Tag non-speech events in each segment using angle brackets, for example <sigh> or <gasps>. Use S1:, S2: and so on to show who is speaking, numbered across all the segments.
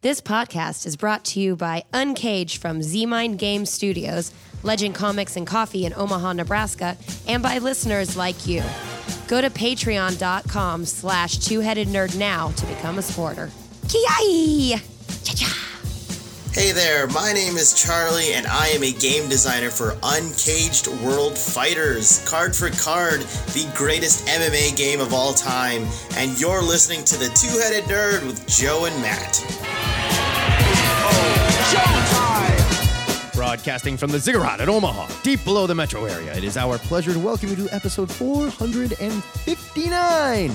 S1: This podcast is brought to you by Uncaged from Z Mind Game Studios, Legend Comics and Coffee in Omaha, Nebraska, and by listeners like you. Go to patreon.com slash two-headed nerd now to become a supporter. Ki-yay! Cha-cha!
S2: Hey there, my name is Charlie, and I am a game designer for Uncaged World Fighters, card for card, the greatest MMA game of all time. And you're listening to The Two Headed Nerd with Joe and Matt.
S3: Broadcasting from the Ziggurat at Omaha, deep below the metro area, it is our pleasure to welcome you to episode 459.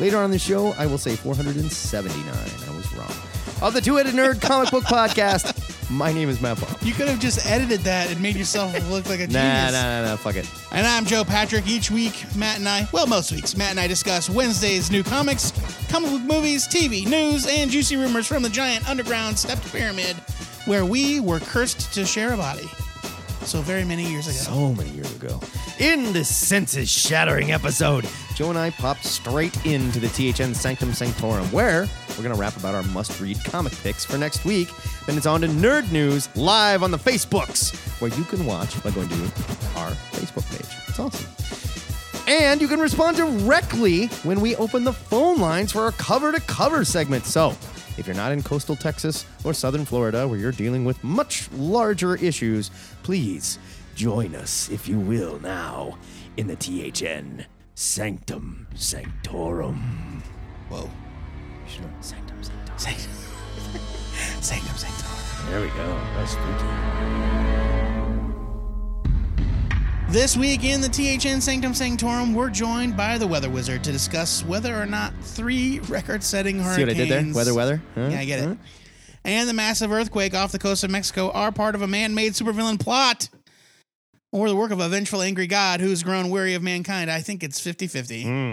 S3: Later on in the show, I will say 479. I was wrong. Of the Two Headed Nerd comic book podcast, my name is Matt Bob.
S4: <laughs> You could have just edited that and made yourself look like a
S3: Nah,
S4: genius.
S3: nah, nah, nah, fuck it.
S4: And I'm Joe Patrick. Each week, Matt and I, well, most weeks, Matt and I discuss Wednesday's new comics, comic book movies, TV, news, and juicy rumors from the giant underground stepped pyramid where we were cursed to share a body. So very many years ago.
S3: So many years ago. In this senses shattering episode, Joe and I popped straight into the THN Sanctum Sanctorum, where we're going to rap about our must read comic picks for next week. Then it's on to Nerd News live on the Facebooks, where you can watch by going to our Facebook page. It's awesome. And you can respond directly when we open the phone lines for our cover to cover segment. So, if you're not in coastal Texas or southern Florida where you're dealing with much larger issues, please join us, if you will, now in the THN Sanctum Sanctorum.
S4: Whoa.
S3: Sure. Sanctum Sanctorum.
S4: Sanctum, <laughs> sanctum, sanctum.
S3: There we go. That's spooky.
S4: This week in the THN Sanctum Sanctorum, we're joined by the Weather Wizard to discuss whether or not three <laughs> record setting hurricanes.
S3: See what I did there? Weather, weather. Huh?
S4: Yeah, I get
S3: Huh?
S4: it. And the massive earthquake off the coast of Mexico are part of a man made supervillain plot or the work of a vengeful, angry god who's grown weary of mankind. I think it's 50 50.
S3: Hmm.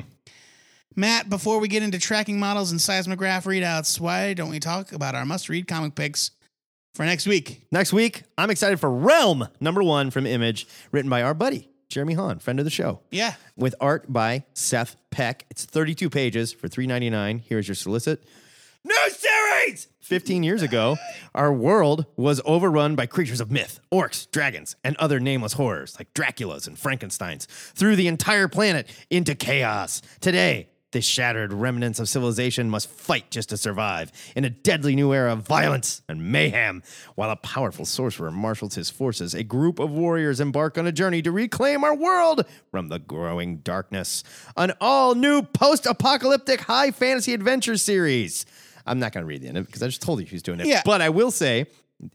S4: Matt, before we get into tracking models and seismograph readouts, why don't we talk about our must read comic picks for next week?
S3: Next week, I'm excited for Realm number one from Image, written by our buddy, Jeremy Hahn, friend of the show.
S4: Yeah.
S3: with art by Seth Peck. It's 32 pages for $3.99. Here's your solicit. New series! 15 years ago, our world was overrun by creatures of myth, orcs, dragons, and other nameless horrors like Draculas and Frankensteins, threw the entire planet into chaos. Today, the shattered remnants of civilization must fight just to survive in a deadly new era of violence and mayhem. While a powerful sorcerer marshals his forces, a group of warriors embark on a journey to reclaim our world from the growing darkness. An all new post apocalyptic high fantasy adventure series. I'm not going to read the end of it because I just told you who's doing it.
S4: Yeah.
S3: But I will say,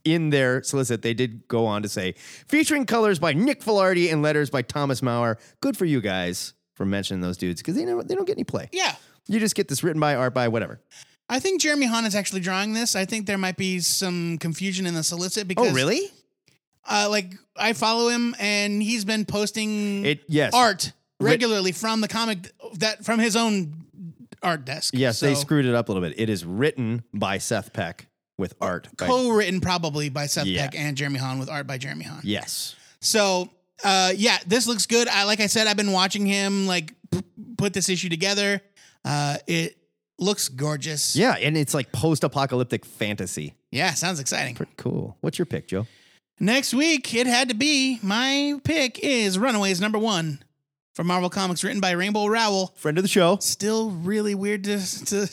S3: in their solicit, they did go on to say, featuring colors by Nick Filardi and letters by Thomas Maurer. Good for you guys for mentioning those dudes because they, never- they don't get any play.
S4: Yeah. Oh,
S3: You just get this written by, art by, whatever.
S4: I think Jeremy Hahn is actually drawing this. I think there might be some confusion in the
S3: Oh,
S4: solicit because Uh, like I follow him and he's been posting
S3: It yes.
S4: art
S3: Ri-
S4: regularly from the comic that from his own art desk.
S3: Yes, they
S4: So,
S3: screwed it up a little bit. It is written by Seth Peck with art. By,
S4: co-written probably by Seth
S3: Yeah.
S4: Peck and Jeremy Hahn with art by Jeremy Hahn.
S3: yes.
S4: So uh, yeah, this looks good. I like I said, I've been watching him like p- put this issue together. Uh, it looks gorgeous.
S3: Yeah, and it's like post-apocalyptic fantasy.
S4: yeah, sounds exciting.
S3: Pretty cool. What's your pick,
S4: <laughs>
S3: Joe?
S4: Next week, it had to be. My pick is Runaways number one from Marvel Comics, written by Rainbow Rowell.
S3: Friend of the show.
S4: Still really weird to, to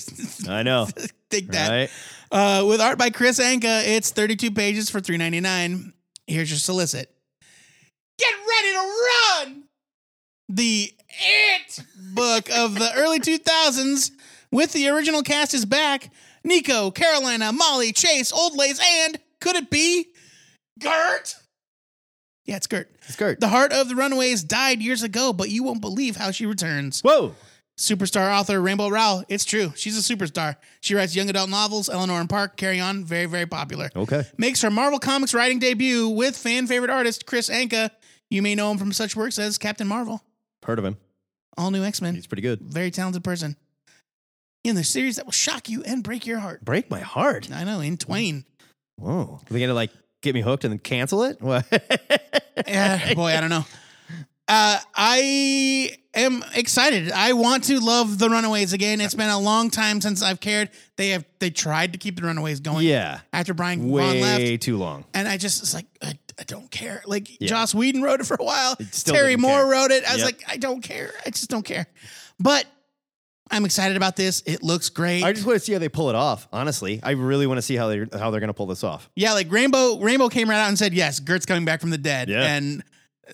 S3: I know.
S4: think that.
S3: right?
S4: Uh, with art by Chris Anka, it's 32 pages for 3.99. Here's your solicit. Get ready to run. The It book of the early 2000s with the original cast is back. Nico, Carolina, Molly, Chase, Old Lays, and could it be Gert? Yeah, it's Gert.
S3: Skirt.
S4: The heart of the Runaways died years ago, but you won't believe how she returns
S3: Whoa.
S4: superstar author Rainbow Rowell. It's true. She's a superstar. She writes young adult novels, Eleanor and Park, Carry On, very, very popular.
S3: Okay.
S4: Makes her Marvel Comics writing debut with fan favorite artist Chris Anka. You may know him from such works as Captain Marvel,
S3: Heard of him.
S4: All New X Men.
S3: He's pretty good.
S4: Very talented person. In the series that will shock you and break your heart.
S3: Break my heart.
S4: I know,
S3: <laughs>
S4: in Twain.
S3: Whoa. Are they gonna like get me hooked and then <laughs> cancel it? What? <laughs>
S4: Yeah, boy, I don't know. Uh, I am excited. I want to love the Runaways again. It's been a long time since I've cared. They have they tried to keep the Runaways going.
S3: Yeah.
S4: After Brian Vaughn
S3: Way
S4: left,
S3: too long.
S4: and I just it's like I, I don't care. Like
S3: Yeah.
S4: Joss Whedon wrote it for a while.
S3: still
S4: Terry
S3: didn't
S4: Moore
S3: care.
S4: wrote it. I was
S3: Yep.
S4: like I don't care. I just don't care. But I'm excited about this. It looks great.
S3: I just want to see how they pull it off. Honestly, I really want to see how they how they're going to pull this off.
S4: Yeah, like Rainbow Rainbow came right out and said, "Yes, Gert's coming back from the dead."
S3: Yeah.
S4: And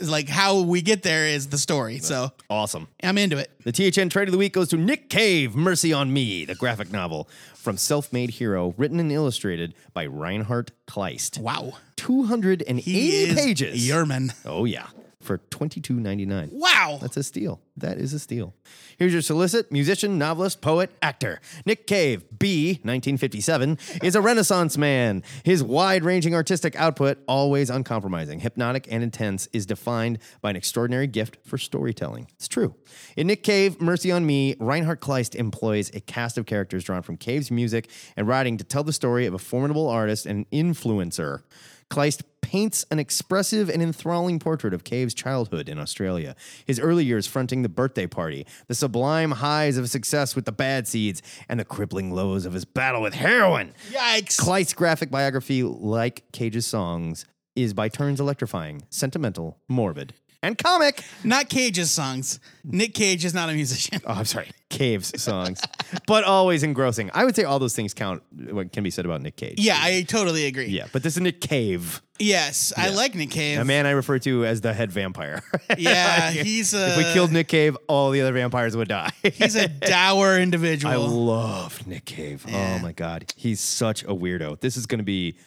S4: like how we get there is the story. So,
S3: Awesome.
S4: I'm into it.
S3: The THN trade of the week goes to Nick Cave, Mercy on Me, the graphic novel from Self Made Hero, written and illustrated by Reinhard Kleist.
S4: Wow.
S3: 280
S4: He is
S3: pages.
S4: Yerman.
S3: oh, yeah. For twenty two ninety nine.
S4: Wow.
S3: That's a steal. That is a steal. Here's your solicit musician, novelist, poet, actor. Nick Cave, B, 1957, is a Renaissance man. His wide ranging artistic output, always uncompromising, hypnotic, and intense, is defined by an extraordinary gift for storytelling. It's true. In Nick Cave, Mercy on Me, Reinhard Kleist employs a cast of characters drawn from Cave's music and writing to tell the story of a formidable artist and influencer. Kleist paints an expressive and enthralling portrait of Cave's childhood in Australia, his early years fronting the birthday party, the sublime highs of success with the bad seeds, and the crippling lows of his battle with heroin.
S4: Yikes.
S3: Kleist's graphic biography, like Cage's songs, is by turns electrifying, sentimental, morbid, and comic.
S4: Not Cage's songs. Nick Cage is not a musician.
S3: Oh, I'm sorry, Cave's songs, but always engrossing. I would say all those things count what can be said about Nick Cage.
S4: Yeah, I totally agree.
S3: Yeah, but this is Nick Cave,
S4: Yes, I like Nick Cage.
S3: a man I refer to as the head vampire. <laughs>
S4: Yeah, he's a
S3: If we killed Nick Cave, all the other vampires would die. <laughs>
S4: He's a dour individual.
S3: I love Nick Cave. Oh my god, he's such a weirdo. This is going to be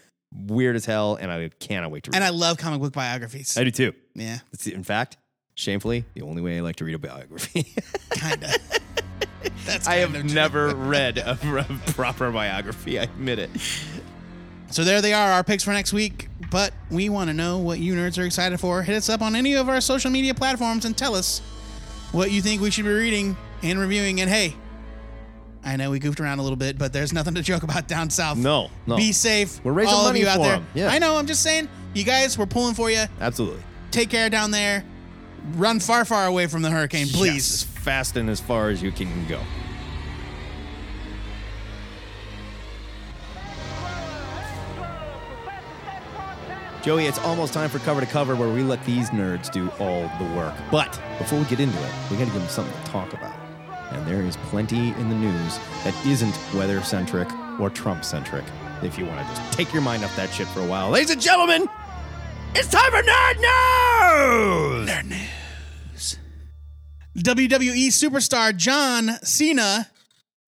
S3: weird as hell, and I cannot wait to read.
S4: and I
S3: it.
S4: love comic book biographies.
S3: I do too.
S4: yeah,
S3: It's, in fact, shamefully, the only way I like to read a biography. <laughs>
S4: kind of. That's
S3: I
S4: kind of
S3: have
S4: true.
S3: never read a, a proper biography. I admit it.
S4: So there they are, our picks for next week. But we want to know what you nerds are excited for. Hit us up on any of our social media platforms and tell us what you think we should be reading and reviewing. And hey, I know we goofed around a little bit, but there's nothing to <laughs> joke about down south.
S3: No, no.
S4: Be safe.
S3: We're raising
S4: all
S3: money
S4: of you out
S3: for
S4: there.
S3: 'em. Yeah.
S4: I know. I'm just saying, you guys, we're pulling for you.
S3: Absolutely.
S4: Take care down there. Run far, far away from the hurricane,
S3: Yes, as
S4: please.
S3: fast and as far as you can go. Joey, it's almost time for cover to cover where we let these nerds do all the work. But before we get into it, we got to give them something to talk about. And there is plenty in the news that isn't weather centric or Trump centric. If you want to just take your mind off that shit for a while, ladies and gentlemen, it's time for Nerd News!
S4: WWE E superstar John Cena,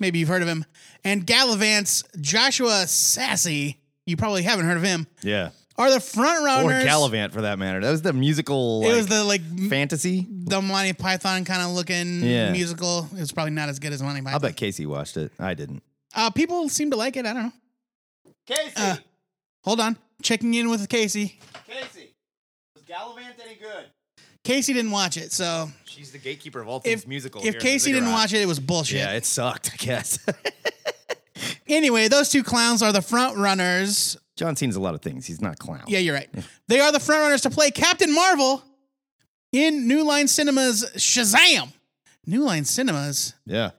S4: maybe you've heard of him, and Gallivant's Joshua Sassy, you probably haven't heard of him,
S3: Yeah.
S4: are the front
S3: or
S4: runners.
S3: Gallivant for that matter. That was the musical.
S4: It
S3: like,
S4: was the like m-
S3: fantasy.
S4: the Monty Python kind of looking
S3: Yeah.
S4: musical. It was probably not as good as Monty Python.
S3: I bet Casey watched it. I didn't.
S4: Uh, people seem to like it. I don't know.
S2: Casey,
S4: Uh, hold on, checking in with Casey.
S2: Casey, was Gallivant any good?
S4: Casey didn't watch it, so
S3: She's the gatekeeper of all
S4: if if Casey didn't watch it, it was bullshit.
S3: yeah, it sucked. I guess. <laughs>
S4: Anyway, those two clowns are the front runners
S3: John Cena's a lot of things. He's not a clown.
S4: Yeah, you're right. They are the frontrunners to play Captain Marvel in New Line Cinema's Shazam. New Line Cinema's.
S3: yeah,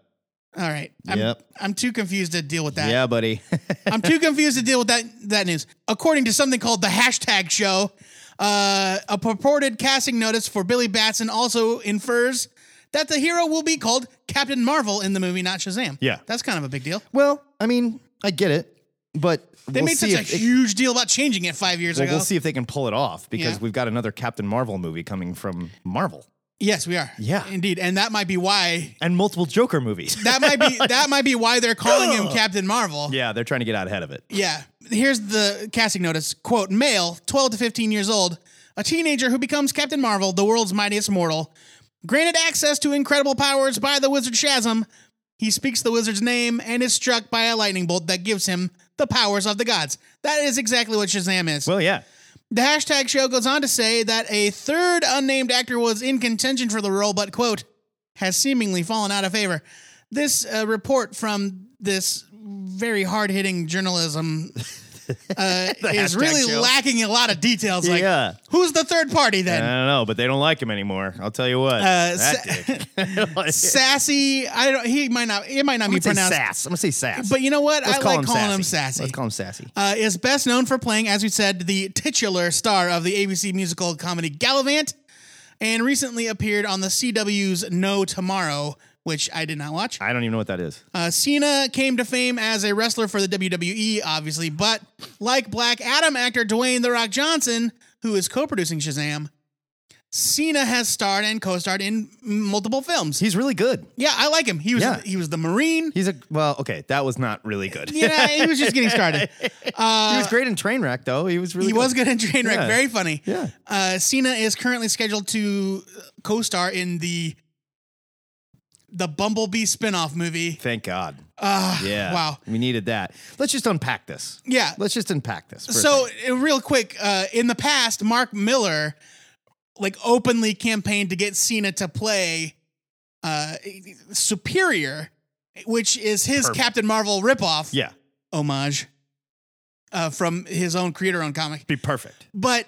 S4: All right. I'm,
S3: Yep.
S4: I'm too confused to deal with that.
S3: yeah,
S4: <laughs>
S3: buddy.
S4: I'm too confused to deal with that that news. According to something called the hashtag show, uh, a purported casting notice for Billy Batson also infers that the hero will be called Captain Marvel in the movie, not Shazam.
S3: Yeah.
S4: That's kind of a big deal.
S3: well, I mean, I get it, but
S4: They
S3: we'll
S4: made such
S3: see
S4: a
S3: if it-
S4: huge deal about changing it five years
S3: well,
S4: ago.
S3: we'll see if they can pull it off because
S4: Yeah.
S3: we've got another Captain Marvel movie coming from Marvel
S4: Yes, we are.
S3: Yeah.
S4: Indeed. And that might be why
S3: and multiple Joker
S4: <laughs>
S3: movies.
S4: that might be that might be why they're calling
S3: <laughs>
S4: him Captain Marvel.
S3: yeah, they're trying to get out ahead of it.
S4: Yeah. Here's the casting notice. Quote, male, 12 to 15 years old, a teenager who becomes Captain Marvel, the world's mightiest mortal. Granted access to incredible powers by the wizard Shazam, he speaks the wizard's name and is struck by a lightning bolt that gives him the powers of the gods. That is exactly what Shazam is.
S3: Well, yeah,
S4: The hashtag show goes on to say that a third unnamed actor was in contention for the role, but, quote, has seemingly fallen out of favor. This uh, report from this very hard hitting journalism <laughs> uh, is
S3: hashtag
S4: really
S3: show.
S4: lacking a lot of details. Like,
S3: Yeah.
S4: who's the third party
S3: I <laughs>
S4: then?
S3: don't know, but they don't like him anymore. I'll tell you what.
S4: Uh,
S3: that
S4: sa-
S3: dick. I don't like-
S4: sassy. I don't. He might not. It might not
S3: I'm
S4: be
S3: gonna say
S4: pronounced.
S3: sass. I'm gonna say sass.
S4: But you know what?
S3: Let's
S4: I
S3: call
S4: like
S3: him
S4: calling
S3: sassy.
S4: him sassy.
S3: Let's call him sassy.
S4: uh, is best known for playing, as we said, the titular star of the ABC musical comedy Gallivant, and recently appeared on the CW's No Tomorrow, which I did not watch.
S3: I don't even know what that is.
S4: Uh, Cena came to fame as a wrestler for the WWE, obviously, but like Black Adam actor Dwayne The Rock Johnson, who is co producing Shazam, Cena has starred and co starred in multiple films.
S3: He's really good.
S4: yeah, I like him. He was
S3: Yeah.
S4: he was the Marine.
S3: He's a well, okay. That was not really good.
S4: yeah, he was just getting started.
S3: <laughs>
S4: Uh,
S3: he was great in Trainwreck, though. He was really.
S4: He
S3: good.
S4: was good in Trainwreck.
S3: Yeah.
S4: Very funny.
S3: Yeah.
S4: Uh, Cena is currently scheduled to uh, co-star in the the Bumblebee spin-off movie.
S3: Thank God.
S4: Uh,
S3: Yeah.
S4: Wow.
S3: We needed that. Let's just unpack this.
S4: Yeah.
S3: Let's just unpack this. for a
S4: So
S3: second.
S4: uh, real quick, uh, in the past, Mark Miller like openly campaigned to get Cena to play uh, Superior, which is his
S3: Perfect.
S4: Captain Marvel ripoff
S3: yeah,
S4: homage uh, from his own creator-owned comic.
S3: be perfect.
S4: But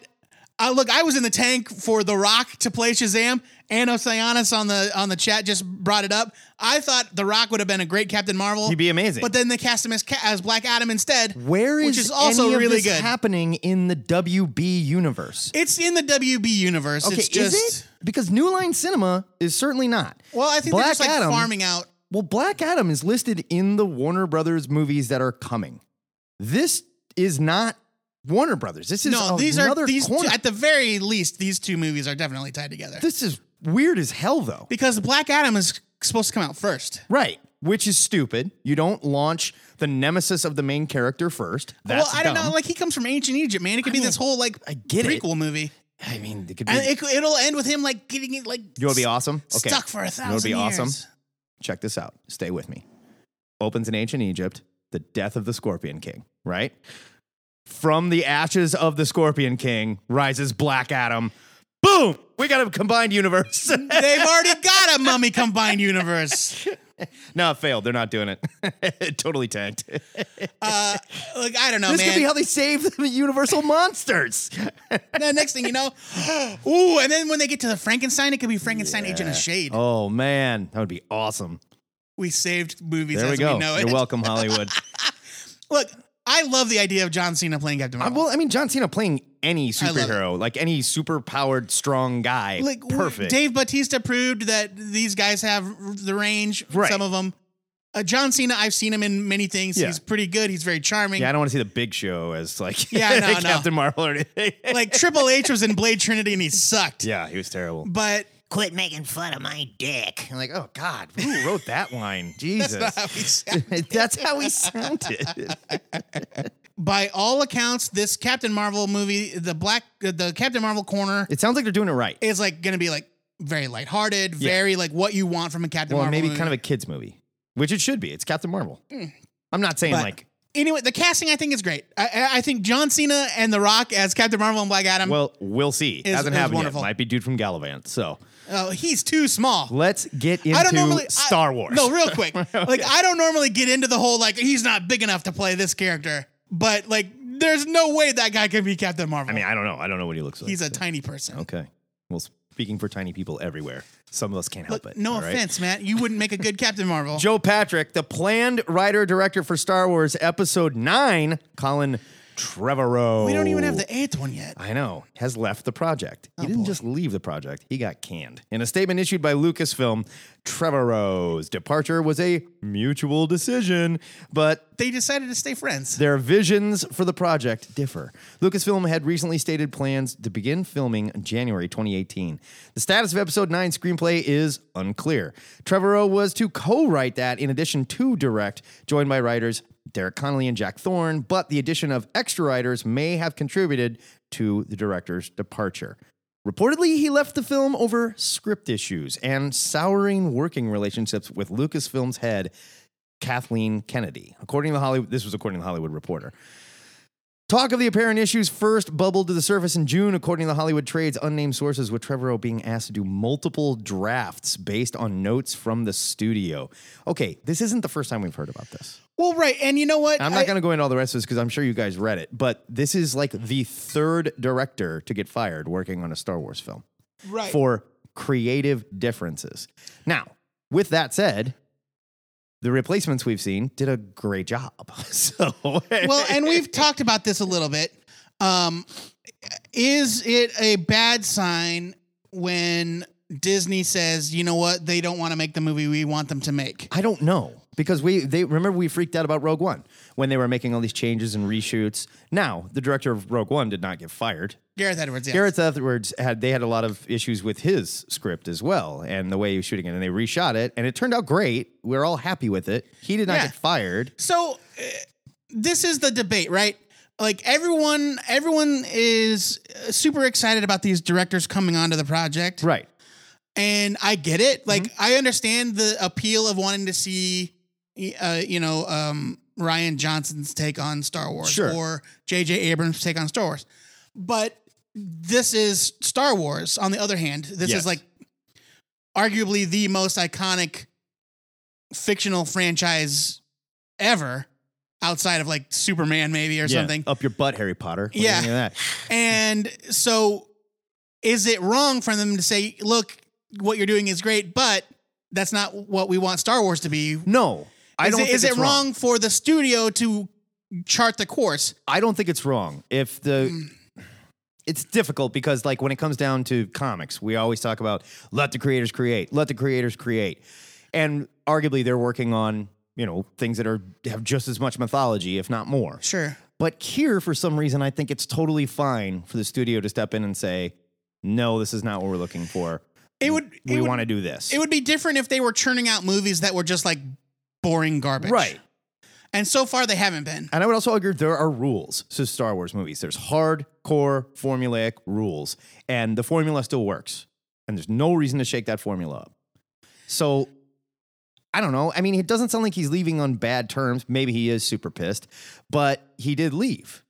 S4: uh, look, I was in the tank for The Rock to play Shazam. and Oceanus on the on the chat just brought it up. I thought The Rock would have been a great Captain Marvel.
S3: He'd be amazing.
S4: But then they cast him as, Ca- as Black Adam instead.
S3: Where is
S4: which is also
S3: any of
S4: really
S3: this
S4: good.
S3: happening in the WB universe?
S4: it's in the WB universe.
S3: Okay,
S4: it's just
S3: is it? Because New Line Cinema is certainly not.
S4: well, I think
S3: Black
S4: they're just like
S3: Adam.
S4: farming out.
S3: Well, Black Adam is listed in the Warner Brothers movies that are coming. This is not Warner Brothers. This is
S4: No, these
S3: another
S4: are these two,
S3: corner.
S4: at the very least these two movies are definitely tied together
S3: this is weird as hell, though.
S4: because Black Adam is supposed to come out first.
S3: Right. Which is stupid. You don't launch the nemesis of the main character first. That's
S4: well, I don't
S3: dumb.
S4: know. Like he comes from ancient Egypt, man. It could be this whole like
S3: I get it.
S4: prequel movie.
S3: I mean, it could be.
S4: And it, it'll end with him like getting it like
S3: you want to be awesome? Okay.
S4: stuck for a thousand.
S3: You want to be awesome?
S4: years.
S3: Check this out. Stay with me. Opens in ancient Egypt, the death of the Scorpion King, right? From the ashes of the Scorpion King rises Black Adam. Boom! We got a <laughs> combined universe.
S4: <laughs> They've already got
S3: <laughs>
S4: a mummy combined universe.
S3: no, it failed. They're not doing it. <laughs> it totally tanked. <laughs>
S4: Uh, like I don't know,
S3: this
S4: man.
S3: could be how they save the Universal monsters.
S4: the next thing
S3: <gasps>
S4: you know, ooh, and then when they get to the Frankenstein, it could be Frankenstein Agent of Shade.
S3: Oh man, that would be awesome.
S4: We saved movies
S3: There
S4: as
S3: we
S4: we,
S3: go.
S4: know it.
S3: You're welcome,
S4: <laughs>
S3: Hollywood.
S4: Look, I love the idea of John Cena playing Captain
S3: I,
S4: Marvel.
S3: well, I mean, John Cena playing any
S4: love it.
S3: superhero, like any super-powered, strong guy,
S4: like w-
S3: perfect.
S4: Dave Batista proved that these guys have the range.
S3: Right.
S4: Some of them. Uh, John Cena, I've seen him in many things.
S3: Yeah.
S4: He's pretty good. He's very charming.
S3: yeah, I don't want to see the Big Show as like
S4: <laughs> Yeah,
S3: <laughs>
S4: no, no.
S3: Captain Marvel or
S4: <laughs>
S3: anything.
S4: like Triple H was in Blade Trinity and he sucked.
S3: yeah, he was terrible.
S4: But
S5: Quit making fun of my dick.
S3: I'm like, oh God, who wrote that line? Jesus,
S4: <laughs> that's not how he sounds.
S3: <laughs> that's how he
S4: <laughs>
S3: sounded.
S4: by all accounts, this Captain Marvel movie, the black, uh, the Captain Marvel corner,
S3: it sounds like they're doing it right.
S4: is like going to be like very lighthearted, very like what you want from a Captain
S3: well,
S4: Marvel.
S3: maybe kind of a kids movie, which it should be. It's Captain Marvel. I'm not saying
S4: But-
S3: like,
S4: anyway. The casting, I think, is great. I- I, I think John Cena and The Rock as Captain Marvel and Black Adam.
S3: well, we'll see.
S4: Um, is-
S3: Hasn't
S4: is
S3: happened
S4: wonderful.
S3: yet. Might be dude from Gallivant. So
S4: oh, he's too small.
S3: let's get into
S4: I don't normally I-
S3: Star Wars.
S4: No, real
S3: <laughs>
S4: quick. Like I don't normally get into the whole like he's not big enough to play this character, but like there's no way that guy can be Captain Marvel.
S3: I mean, I don't know. I don't know what he looks like.
S4: he's a tiny person.
S3: Okay. Well, speaking for tiny people everywhere, some of us can't help
S4: Look,
S3: it.
S4: no
S3: all right?
S4: offense, Matt. You wouldn't make a good Captain Marvel.
S3: Joe Patrick, the planned writer director for Star Wars Episode 9, Colin Trevorrow.
S4: we don't even
S3: Oh.
S4: have the eighth one yet. Oh,
S3: I know, has left the project. he didn't just leave the project, he got canned. In a statement issued by Lucasfilm, Trevorrow's departure was a mutual decision, but
S4: They decided to stay friends.
S3: their visions for the project differ. Lucasfilm had recently stated plans to begin filming in January 2018. The status of Episode 9 screenplay is unclear. Trevorrow was to co write that in addition to direct, joined by writers Derek Connolly and Jack Thorne, but the addition of extra writers may have contributed to the director's departure. Reportedly, he left the film over script issues and souring working relationships with Lucasfilm's head Kathleen Kennedy. According to the Hollywood, this was according to the Hollywood Reporter. Talk of the apparent issues first bubbled to the surface in June, according to the Hollywood Trade's unnamed sources, with Trevorrow being asked to do multiple drafts based on notes from the studio. Okay, this isn't the first time we've heard about this.
S4: Well, right, and you know what?
S3: I'm
S4: I-
S3: not going to go into all the rest of this because I'm sure you guys read it, but this is like the third director to get fired working on a Star Wars film
S4: right.
S3: for creative differences. Now, with that said, the replacements we've seen did a great job. <laughs> So,
S4: well, and we've talked about this a little bit. Um, is it a bad sign when Disney says, you know what, they don't want to make the movie we want them to make?
S3: I don't know <laughs> because we they remember we freaked out about Rogue One when they were making all these changes and reshoots. Now, the director of Rogue One did not get fired.
S4: Gareth Edwards, yeah.
S3: Gareth Edwards had they had a lot of issues with his script as well and the way he was shooting it, and they reshot it, and it turned out great. We are all happy with it. He did not
S4: Yeah.
S3: get fired.
S4: So uh, this is the debate, right? Like everyone, everyone is uh, super excited about these directors coming onto the project,
S3: Right. Mm-hmm.
S4: and I get it. Like I understand the appeal of wanting to see, uh, you know, um, Ryan Johnson's take on Star Wars
S3: Sure.
S4: or J.J. Abrams' take on Star Wars, but this is Star Wars. On the other hand, this
S3: Yes.
S4: is like arguably the most iconic fictional franchise ever, outside of like Superman maybe or
S3: Yeah.
S4: something.
S3: Up your butt, Harry Potter. What do you
S4: Yeah.
S3: think of that?
S4: And so, is it wrong for them to say, look, what you're doing is great, but that's not what we want Star Wars to be? Is
S3: No. I don't
S4: it,
S3: think
S4: is
S3: it's
S4: it wrong for the studio to chart the course? Hmm.
S3: I don't think it's wrong. If the it's difficult because like when it comes down to comics, we always talk about let the creators create, let the creators create. And arguably they're working on, you know, things that are have just as much mythology, if not more.
S4: Sure.
S3: But here for some reason I think it's totally fine for the studio to step in and say, "No, this is not what we're looking for.
S4: It would. It
S3: We
S4: would,
S3: want to do this."
S4: It would be different if they were churning out movies that were just like boring garbage.
S3: right.
S4: And so far, they haven't been.
S3: And I would also argue there are rules to Star Wars movies. There's hardcore formulaic rules, and the formula still works. And there's no reason to shake that formula up. So I don't know. I mean, it doesn't sound like he's leaving on bad terms. Maybe he is super pissed, but he did leave.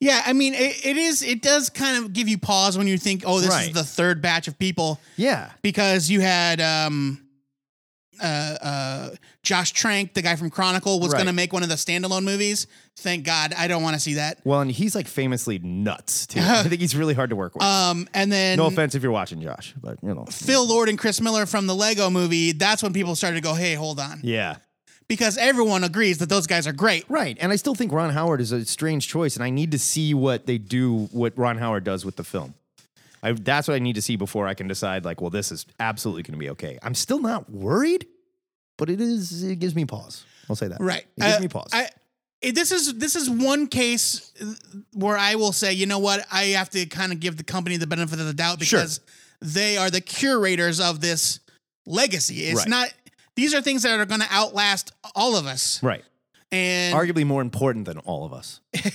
S4: Yeah, I mean, it, it is. It does kind of give you pause when you think, oh, this
S3: Right.
S4: is the third batch of people.
S3: Yeah.
S4: because you had um uh uh Josh Trank, the guy from Chronicle, was
S3: Right.
S4: gonna make one of the standalone movies. Thank God, I don't want to see that.
S3: Well, and he's like famously nuts too.
S4: <laughs>
S3: I think he's really hard to work with.
S4: Um, and then
S3: no offense if you're watching, Josh, but you know.
S4: Phil Lord and Chris Miller from the Lego Movie. That's when people started to go, "Hey, hold on,"
S3: Yeah.
S4: because everyone agrees that those guys are great.
S3: Right. And I still think Ron Howard is a strange choice, and I need to see what they do, what Ron Howard does with the film. I, that's what I need to see before I can decide, like, well, this is absolutely going to be okay. I'm still not worried, but it is, it gives me pause. I'll say that.
S4: Right.
S3: It gives
S4: Uh,
S3: me pause.
S4: I, it- this is this is one case uh, where I will say, you know what, I have to kind of give the company the benefit of the doubt
S3: Sure.
S4: because they are the curators of this legacy. It's
S3: Right.
S4: not these are things that are going to outlast all of us.
S3: right.
S4: And
S3: Arguably more important than all of us.
S4: I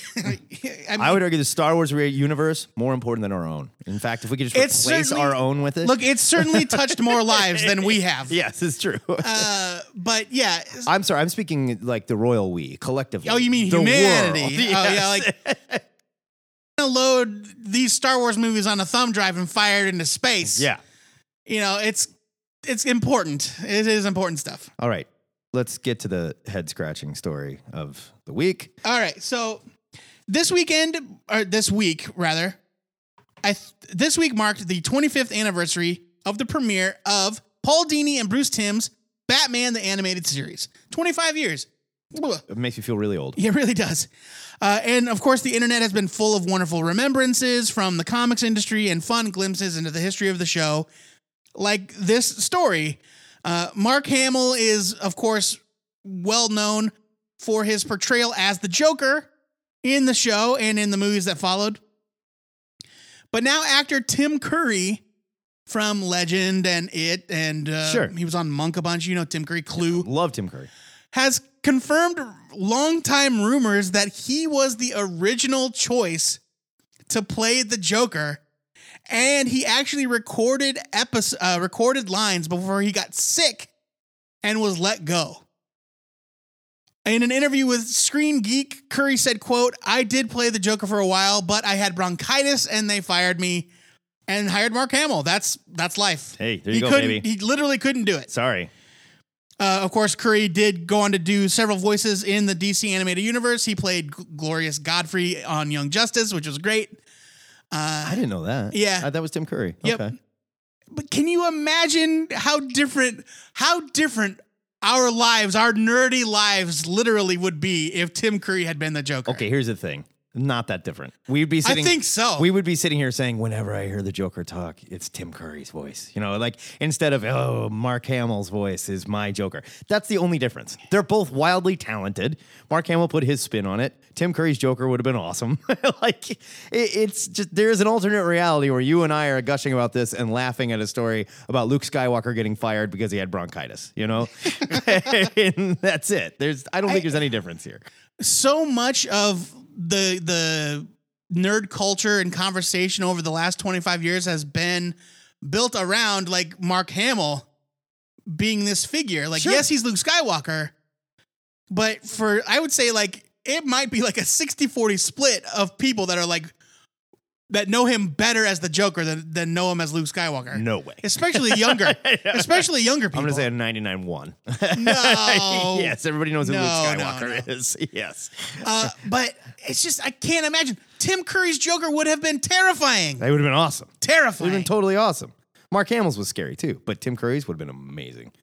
S4: mean,
S3: I would argue the Star Wars re- universe more important than our own. In fact, if we could just
S4: It's
S3: replace
S4: certainly-
S3: our own with it.
S4: look, it's certainly touched more lives than
S3: <laughs>
S4: we have.
S3: yes, it's true.
S4: Uh, but yeah.
S3: I'm sorry. I'm speaking like the royal we collectively.
S4: Oh, you mean
S3: The
S4: humanity?
S3: world. <laughs>
S4: Oh,
S3: Yes.
S4: yeah. Like, gonna load these Star Wars movies on a thumb drive and fire it into space.
S3: yeah.
S4: you know, it's it's important. It is important stuff.
S3: All right. Let's get to the head scratching story of the week.
S4: All right, so this weekend or this week rather, I th- this week marked the 25th anniversary of the premiere of Paul Dini and Bruce Timm's Batman the Animated Series. 25 years. Ugh.
S3: It makes me feel really old.
S4: It really does. Uh, and of course, the internet has been full of wonderful remembrances from the comics industry and fun glimpses into the history of the show, like this story. Uh, Mark Hamill is, of course, well known for his portrayal as the Joker in the show and in the movies that followed. But now, actor Tim Curry from Legend and It, and uh,
S3: Sure.
S4: he was on Monk a bunch. You know Tim Curry, Clue
S3: Love Tim Curry.
S4: has confirmed longtime rumors that he was the original choice to play the Joker, and he actually recorded episode, uh, recorded lines before he got sick and was let go. In an interview with Screen Geek, Curry said, quote, I did play the Joker for a while, but I had bronchitis and they fired me and hired Mark Hamill. That's that's life.
S3: Hey, there you
S4: he
S3: go,
S4: couldn't,
S3: baby.
S4: He literally couldn't do it.
S3: Sorry.
S4: Uh, of course, Curry did go on to do several voices in the DC animated universe. He played G- Glorious Godfrey on Young Justice, which was great.
S3: I didn't know that.
S4: yeah.
S3: Uh, that was Tim Curry.
S4: Yep.
S3: Okay.
S4: But can you imagine how different how different our lives, our nerdy lives literally would be if Tim Curry had been the Joker?
S3: Okay, here's the thing. Not that different. We'd be
S4: I
S3: sitting
S4: think so.
S3: We would be sitting here saying, whenever I hear the Joker talk, it's Tim Curry's voice. You know, like instead of, oh, Mark Hamill's voice is my Joker. That's the only difference. They're both wildly talented. Mark Hamill put his spin on it. Tim Curry's Joker would have been awesome. <laughs> like, it, it's just, there is an alternate reality where you and I are gushing about this and laughing at a story about Luke Skywalker getting fired because he had bronchitis, you know? <laughs> and that's it. There's, I don't think there's any difference here.
S4: so much of the the nerd culture and conversation over the last 25 years has been built around like Mark Hamill being this figure. Like
S3: Sure.
S4: yes, he's Luke Skywalker, but for I would say like it might be like a 60/40 split of people that are like that know him better as the Joker than, than know him as Luke Skywalker.
S3: No way.
S4: Especially
S3: <laughs>
S4: younger. especially younger people.
S3: I'm going to say a 99 <laughs> 1.
S4: no.
S3: yes, everybody knows who
S4: No,
S3: Luke
S4: no,
S3: Skywalker
S4: no.
S3: is. <laughs> Yes.
S4: Uh, but it's just I can't imagine. Tim Curry's Joker would have been terrifying.
S3: That would have been awesome. Would
S4: terrifying.
S3: have been totally awesome. Mark Hamill's was scary too, but Tim Curry's would have been amazing.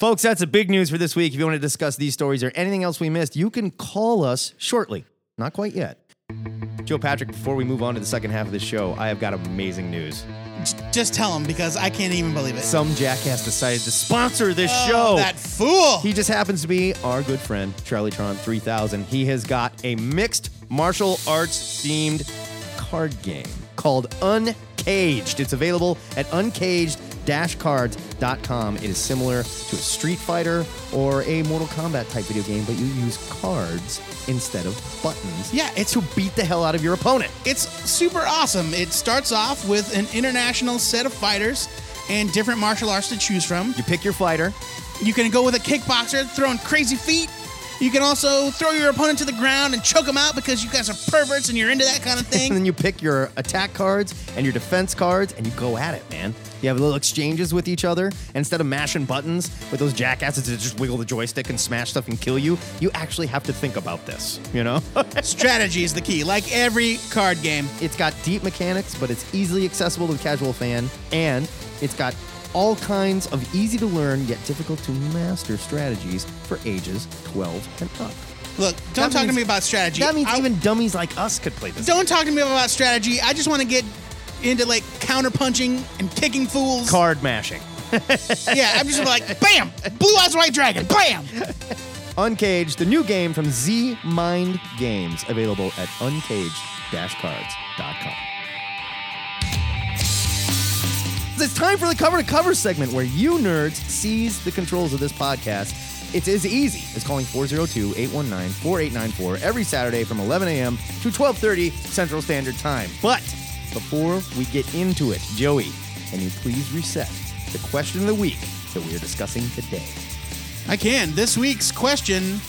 S3: Folks, that's the big news for this week. If you want to discuss these stories or anything else we missed, you can call us shortly. Not quite yet. Joe Patrick, before we move on to the second half of the show, I have got amazing news.
S4: J- just tell him because I can't even believe it.
S3: Some jackass decided to sponsor this
S4: Oh,
S3: show.
S4: that fool.
S3: He just happens to be our good friend, Charlie Tron 3000. He has got a mixed martial arts themed card game called Uncaged. It's available at uncaged cards.com. It is similar to a Street Fighter or a Mortal Kombat type video game, but you use cards instead of buttons.
S4: Yeah, it's-
S3: to beat the hell out of your opponent.
S4: it's super awesome. It starts off with an international set of fighters and different martial arts to choose from.
S3: You pick your fighter,
S4: You can go with a kickboxer throwing crazy feet. You can also throw your opponent to the ground and choke him out because you guys are perverts and you're into
S3: <laughs>
S4: that kind of
S3: and
S4: thing.
S3: then you pick your attack cards and your defense cards and you go at it, man. You have little exchanges with each other. And instead of mashing buttons with those jackasses that just wiggle the joystick and smash stuff and kill you, you actually have to think about this, you know?
S4: <laughs> Strategy is the key, like every card game.
S3: it's got deep mechanics, but it's easily accessible to the casual fan, and it's got all kinds of easy to learn yet difficult to master strategies for ages 12 and up.
S4: Look,
S3: That
S4: don't talk to
S3: means-
S4: me about strategy.
S3: That means
S4: I-
S3: even dummies like us could play this.
S4: Don't talk to me about strategy. I just want to get into like counterpunching and kicking fools.
S3: card mashing.
S4: Yeah, I'm just like, bam, blue eyes white dragon, bam.
S3: Uncaged, the new game from Z Mind Games, available at uncaged-cards.com. It's time for the cover to cover segment where you nerds seize the controls of this podcast. It's as easy as calling 402-819-4894 every Saturday from 11 a.m. to 12:30 Central Standard Time. But before we get into it, Joey, can you please reset the question of the week that we are discussing today?
S4: I can. This week's question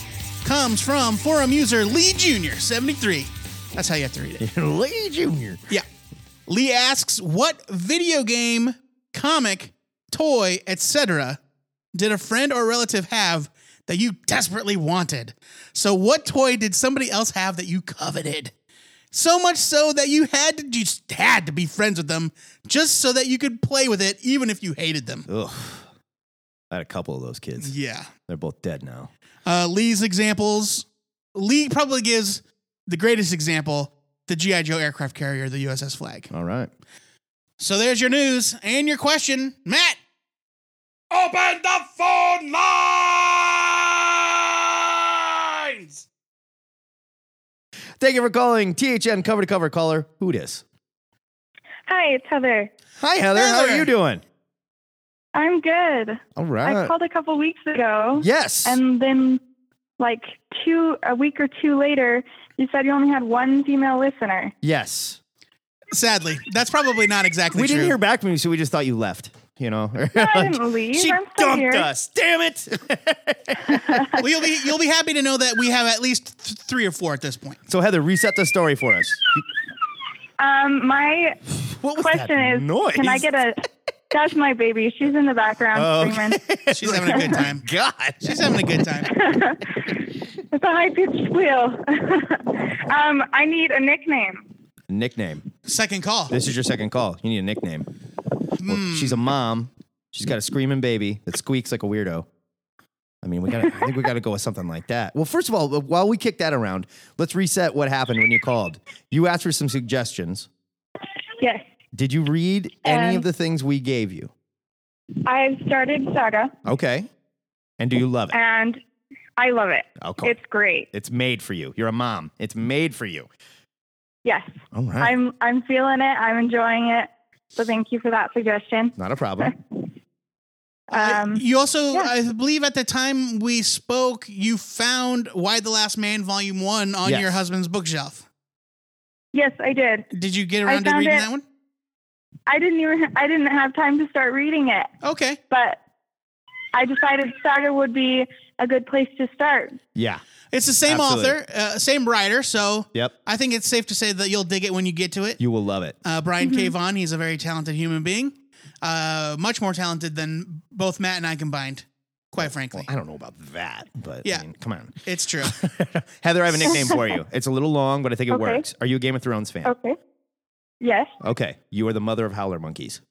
S4: comes from forum user Lee Jr. 73. That's how you have to read it.
S3: <laughs> Lee Junior.
S4: Yeah. Lee asks, what video game, comic, toy, etc. did a friend or relative have that you desperately wanted? So what toy did somebody else have that you coveted? So much so that you had to you just had to be friends with them just so that you could play with it even if you hated them.
S3: Ugh. I had a couple of those kids.
S4: Yeah.
S3: They're both dead now.
S4: Uh, Lee's examples. Lee probably gives the greatest example, the G.I. Joe aircraft carrier, the USS flag.
S3: All right.
S4: So there's your news and your question, Matt.
S6: Open the phone lines!
S3: Thank you for calling THN cover to cover caller. Who dis?
S7: Hi, it's Heather.
S3: Hi, Heather. How are
S4: Heather.
S3: you doing?
S7: I'm good.
S3: All
S7: I called a couple weeks ago,
S3: Yes.
S7: and then like two a week or two later, you said you only had one female listener.
S3: yes.
S4: Sadly, that's probably not exactly
S3: We
S4: true.
S3: didn't hear back from you, so we just thought you left. you know.
S7: I didn't leave.
S3: she
S7: I'm still
S3: dumped
S7: here.
S3: us. Damn it.
S7: <laughs>
S4: well, you'll be you'll be happy to know that we have at least th- three or four at this point.
S3: so Heather, reset the story for us.
S7: Um, my
S3: <laughs> What was
S7: question
S3: that
S7: is,
S3: noise?
S7: can I get a? That's my baby. She's in the background
S3: Oh, okay.
S7: screaming. <laughs>
S4: <laughs> She's having a good time.
S3: God.
S4: She's having a good time.
S7: It's a high pitched squeal. <laughs> um, I need a nickname.
S3: <laughs> Nickname.
S4: Second call.
S3: This is your second call. You need a nickname. Well, she's a mom. She's got a screaming baby that squeaks like a weirdo. I mean, we got. I think we got to go with something like that. Well, first of all, while we kick that around, let's reset what happened when you called. You asked for some suggestions.
S7: Yes,
S3: Did you read any of
S7: Um,
S3: the things we gave you?
S7: I've started Saga
S3: Okay. And do you love it?
S7: and I love it.
S3: I'll call.
S7: Uh, It's great.
S3: It's made for you. You're a mom. It's made for you.
S7: Yes,
S3: All right.
S7: I'm I'm feeling it. I'm enjoying it. So thank you for that suggestion.
S3: Not a problem.
S7: <laughs> <laughs>
S4: Uh,
S7: Um,
S4: you also,
S7: yeah.
S4: I believe, at the time we spoke, you found "Why the Last Man" Volume One on
S3: Yes.
S4: your husband's bookshelf.
S7: yes, I did.
S4: Did you get
S7: I
S4: around to
S7: found
S4: reading
S7: it.
S4: that one?
S7: I didn't even I didn't have time to start reading it,
S4: Okay.
S7: but I decided Saga would be a good place to start.
S3: Yeah.
S4: It's the same
S3: Absolutely.
S4: author, uh, same writer, so
S3: Yep.
S4: I think it's safe to say that you'll dig it when you get to it.
S3: You will love it.
S4: Uh, Brian
S7: Mm-hmm.
S4: K. Vaughan, he's a very talented human being, uh, much more talented than both Matt and I combined, quite frankly.
S3: Well, I don't know about that, but
S4: Yeah.
S3: I mean, come on. <laughs>
S4: It's true.
S3: Heather, I have a nickname
S7: <laughs>
S3: for you. It's a little long, but I think it
S7: Okay.
S3: works. Are you a Game of Thrones fan?
S7: Okay. Yes.
S3: Okay. You are the mother of howler monkeys.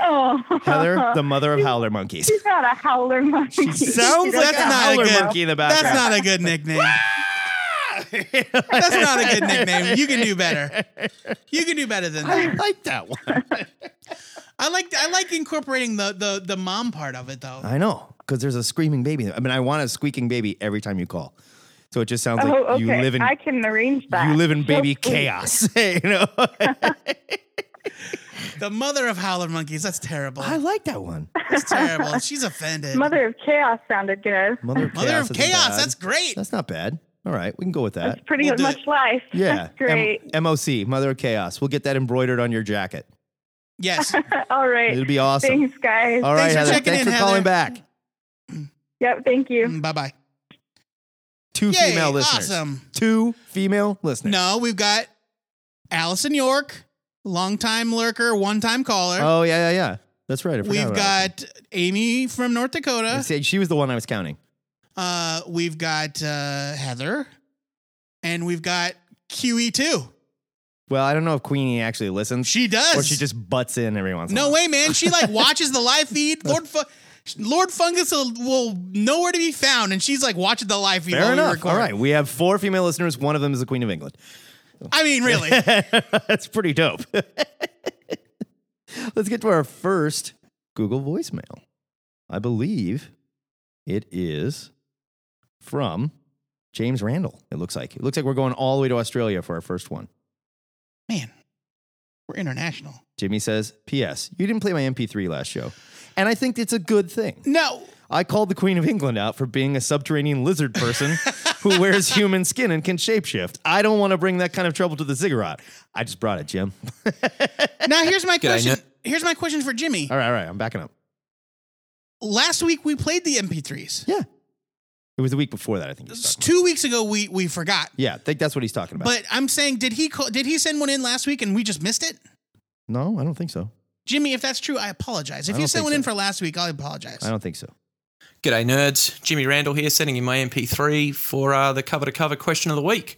S7: Oh, <laughs>
S3: Heather, the mother of howler monkeys.
S7: she's not a howler monkey.
S3: She sounds
S7: She's
S3: like
S4: That's
S3: a
S4: not a
S3: howler
S4: good-
S3: monkey in the
S4: That's
S3: background.
S4: not a
S3: <laughs>
S4: good nickname.
S3: not.
S4: That's not a good nickname. You can do better. You can do better than that.
S3: I like that one.
S4: I like I like incorporating the the the mom part of it though.
S3: I know, because there's a screaming baby. I mean, I want a squeaking baby every time you call. So it just sounds
S7: Oh,
S3: like
S7: okay.
S3: you live in
S7: I can arrange that.
S3: you live in
S7: So
S3: baby
S7: sweet. <laughs>
S3: <laughs> chaos. you know,
S4: <laughs> The mother of howler monkeys. That's terrible.
S3: I like that one.
S4: That's terrible. She's
S7: <laughs>
S4: offended.
S7: Mother of chaos sounded good.
S3: Mother of
S4: Mother
S3: chaos. isn't
S4: of chaos.
S3: bad.
S4: That's great.
S3: that's not bad. All right, we can go with that.
S7: That's pretty
S4: We'll do
S7: much
S4: it.
S7: life.
S3: Yeah.
S7: That's
S3: M-
S7: great.
S3: MOC, Mother of Chaos. We'll get that embroidered on your jacket.
S7: <laughs>
S4: yes.
S7: All right.
S3: It'll be awesome.
S7: Thanks, guys.
S3: All right,
S4: Thanks for
S3: Heather.
S4: checking
S3: Thanks
S4: in,
S3: for
S4: Heather.
S3: calling back.
S7: Yep. Thank you.
S4: Bye bye.
S3: Two
S4: Yay,
S3: female listeners. Oh,
S4: awesome.
S3: Two female listeners.
S4: No, we've got Allison York, longtime lurker, one time caller.
S3: Oh yeah, yeah, yeah. That's right. I forgot
S4: we've
S3: about
S4: got Amy from North
S3: that.
S4: Dakota.
S3: See, She was the one I was counting.
S4: Uh, we've got uh, Heather, and we've got QE two.
S3: Well, I don't know if Queenie actually listens,
S4: She does.
S3: or she just butts in every once. in a
S4: No
S3: while.
S4: way, man. She
S3: <laughs>
S4: like watches the live feed. Lord Fu- Lord Fungus will, will nowhere to be found, and she's like watching the live feed.
S3: Fair
S4: while we
S3: enough.
S4: record.
S3: All right, we have four female listeners. One of them is the Queen of England.
S4: I
S3: <laughs>
S4: mean, really.
S3: That's pretty dope. <laughs> Let's get to our first Google voicemail. I believe it is from James Randall. It looks like it looks like we're going all the way to Australia for our first one.
S4: man, we're international.
S3: Jimmy says, "P.S. You didn't play my MP3 last show, and I think it's a good thing.
S4: No,
S3: I called the Queen of England out for being a subterranean lizard person
S4: <laughs>
S3: who wears human skin and can shapeshift. I don't want to bring that kind of trouble to the ziggurat. I just brought it, Jim.
S4: now here's my
S2: Good, I
S4: question. Here's my question for Jimmy.
S3: All right, all right, I'm backing up.
S4: Last week we played the MP3s.
S3: Yeah. It was the week before that, I think. he was
S4: It's
S3: talking
S4: Two weeks ago we we forgot.
S3: about. yeah, I think that's what he's talking about.
S4: But I'm saying, did he call, did he send one in last week and we just missed it?
S3: no, I don't think so.
S4: Jimmy, if that's true, I
S3: I
S4: apologize. If
S3: don't
S4: you sent
S3: think
S4: one in
S3: so.
S4: for last week, I'll apologize.
S3: I
S4: <laughs>
S3: don't think so.
S8: G'day, nerds. Jimmy Randall here, sending in my MP3 for uh, the cover to cover question of the week.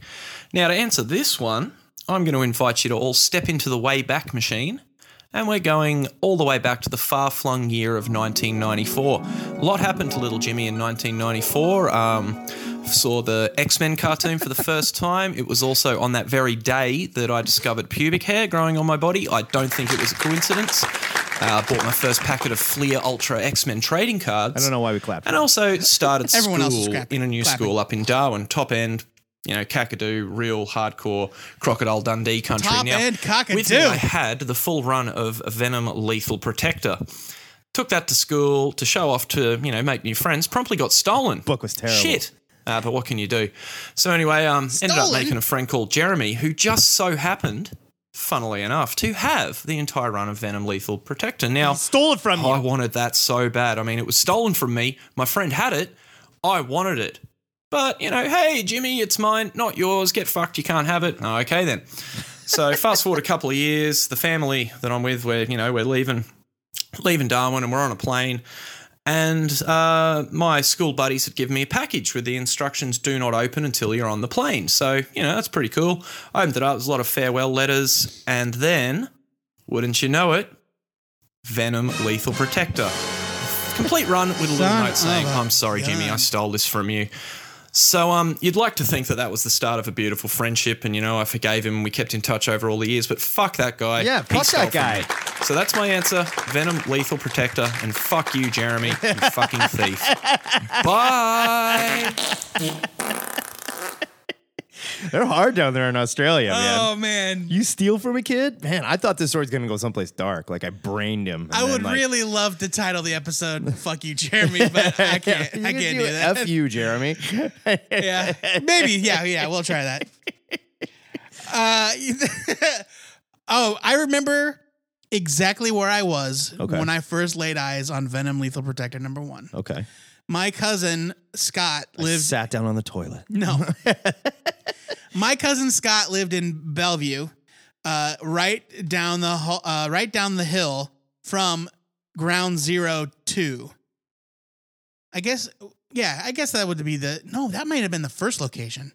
S8: Now, to answer this one, I'm going to invite you to all step into the Wayback Machine, and we're going all the way back to the far flung year of 1994. A lot happened to little Jimmy in 1994. Um, saw the X Men cartoon for the first time. It was also on that very day that I discovered pubic hair growing on my body. I don't think it was a coincidence. Uh, bought my first packet of Fleer Ultra X Men trading cards.
S3: I don't know why we clapped.
S8: And also started
S4: <laughs> Everyone else is
S8: school
S4: clapping-
S8: in a new
S4: clapping.
S8: school up in Darwin, top end, you know, Kakadu, real hardcore Crocodile Dundee country.
S4: Top
S8: now,
S4: end cockatoo.
S8: with me, I had the full run of Venom Lethal Protector. Took that to school to show off to, you know, make new friends. Promptly got stolen.
S3: book was terrible.
S8: Shit. Uh, but what can you do? So anyway, um, ended up
S4: Stolen?
S8: making a friend called Jeremy, who just so happened funnily enough, to have the entire run of Venom Lethal Protector. Now,
S3: Stole it from
S8: I
S3: you.
S8: wanted that so bad. I mean, it was stolen from me. My friend had it. I wanted it. But, you know, hey, Jimmy, it's mine, not yours. Get fucked. You can't have it. Oh, okay, then.
S4: <laughs>
S8: So, fast forward a couple of years, the family that I'm with, we're, you know, we're leaving, leaving Darwin and we're on a plane. And uh, my school buddies had given me a package with the instructions do not open until you're on the plane. So, you know, that's pretty cool. I opened it up. There's a lot of farewell letters. And then, wouldn't you know it, Venom Lethal Protector. Complete run with a little
S4: Son
S8: note saying,
S4: of a
S8: I'm sorry, Jimmy, I
S4: gun."
S8: stole this from you. So, um, you'd like to think that that was the start of a beautiful friendship, and you know, I forgave him. We kept in touch over all the years, but fuck that guy.
S3: Yeah,
S8: He
S3: fuck
S8: stole
S3: that
S8: from
S3: guy.
S8: me. So that's my answer: Venom, Lethal Protector, and fuck you,
S3: <laughs>
S8: Jeremy, you fucking thief. Bye.
S3: They're hard down there in Australia, man.
S4: Oh man.
S3: You steal from a kid? Man, I thought this story's gonna go someplace dark. Like I brained him. and
S4: I
S3: then,
S4: would
S3: <laughs> like-
S4: really love to title
S3: <laughs>
S4: the episode "Fuck You, Jeremy," but I can't.
S3: You
S4: I
S3: could do
S4: can't do
S3: <laughs>
S4: that.
S3: F you, Jeremy.
S4: <laughs> yeah, maybe. Yeah, yeah. We'll try that. Uh, <laughs> oh, I remember exactly where I was
S3: Okay.
S4: when I first laid eyes on Venom Lethal Protector number one.
S3: okay.
S4: My cousin Scott
S3: I
S4: lived.
S3: sat down on the toilet. <laughs>
S4: No. My cousin Scott lived in Bellevue, uh, right down the ho- uh, right down the hill from Ground Zero Two. I guess, yeah, I guess that would be the no. That might have been the first location,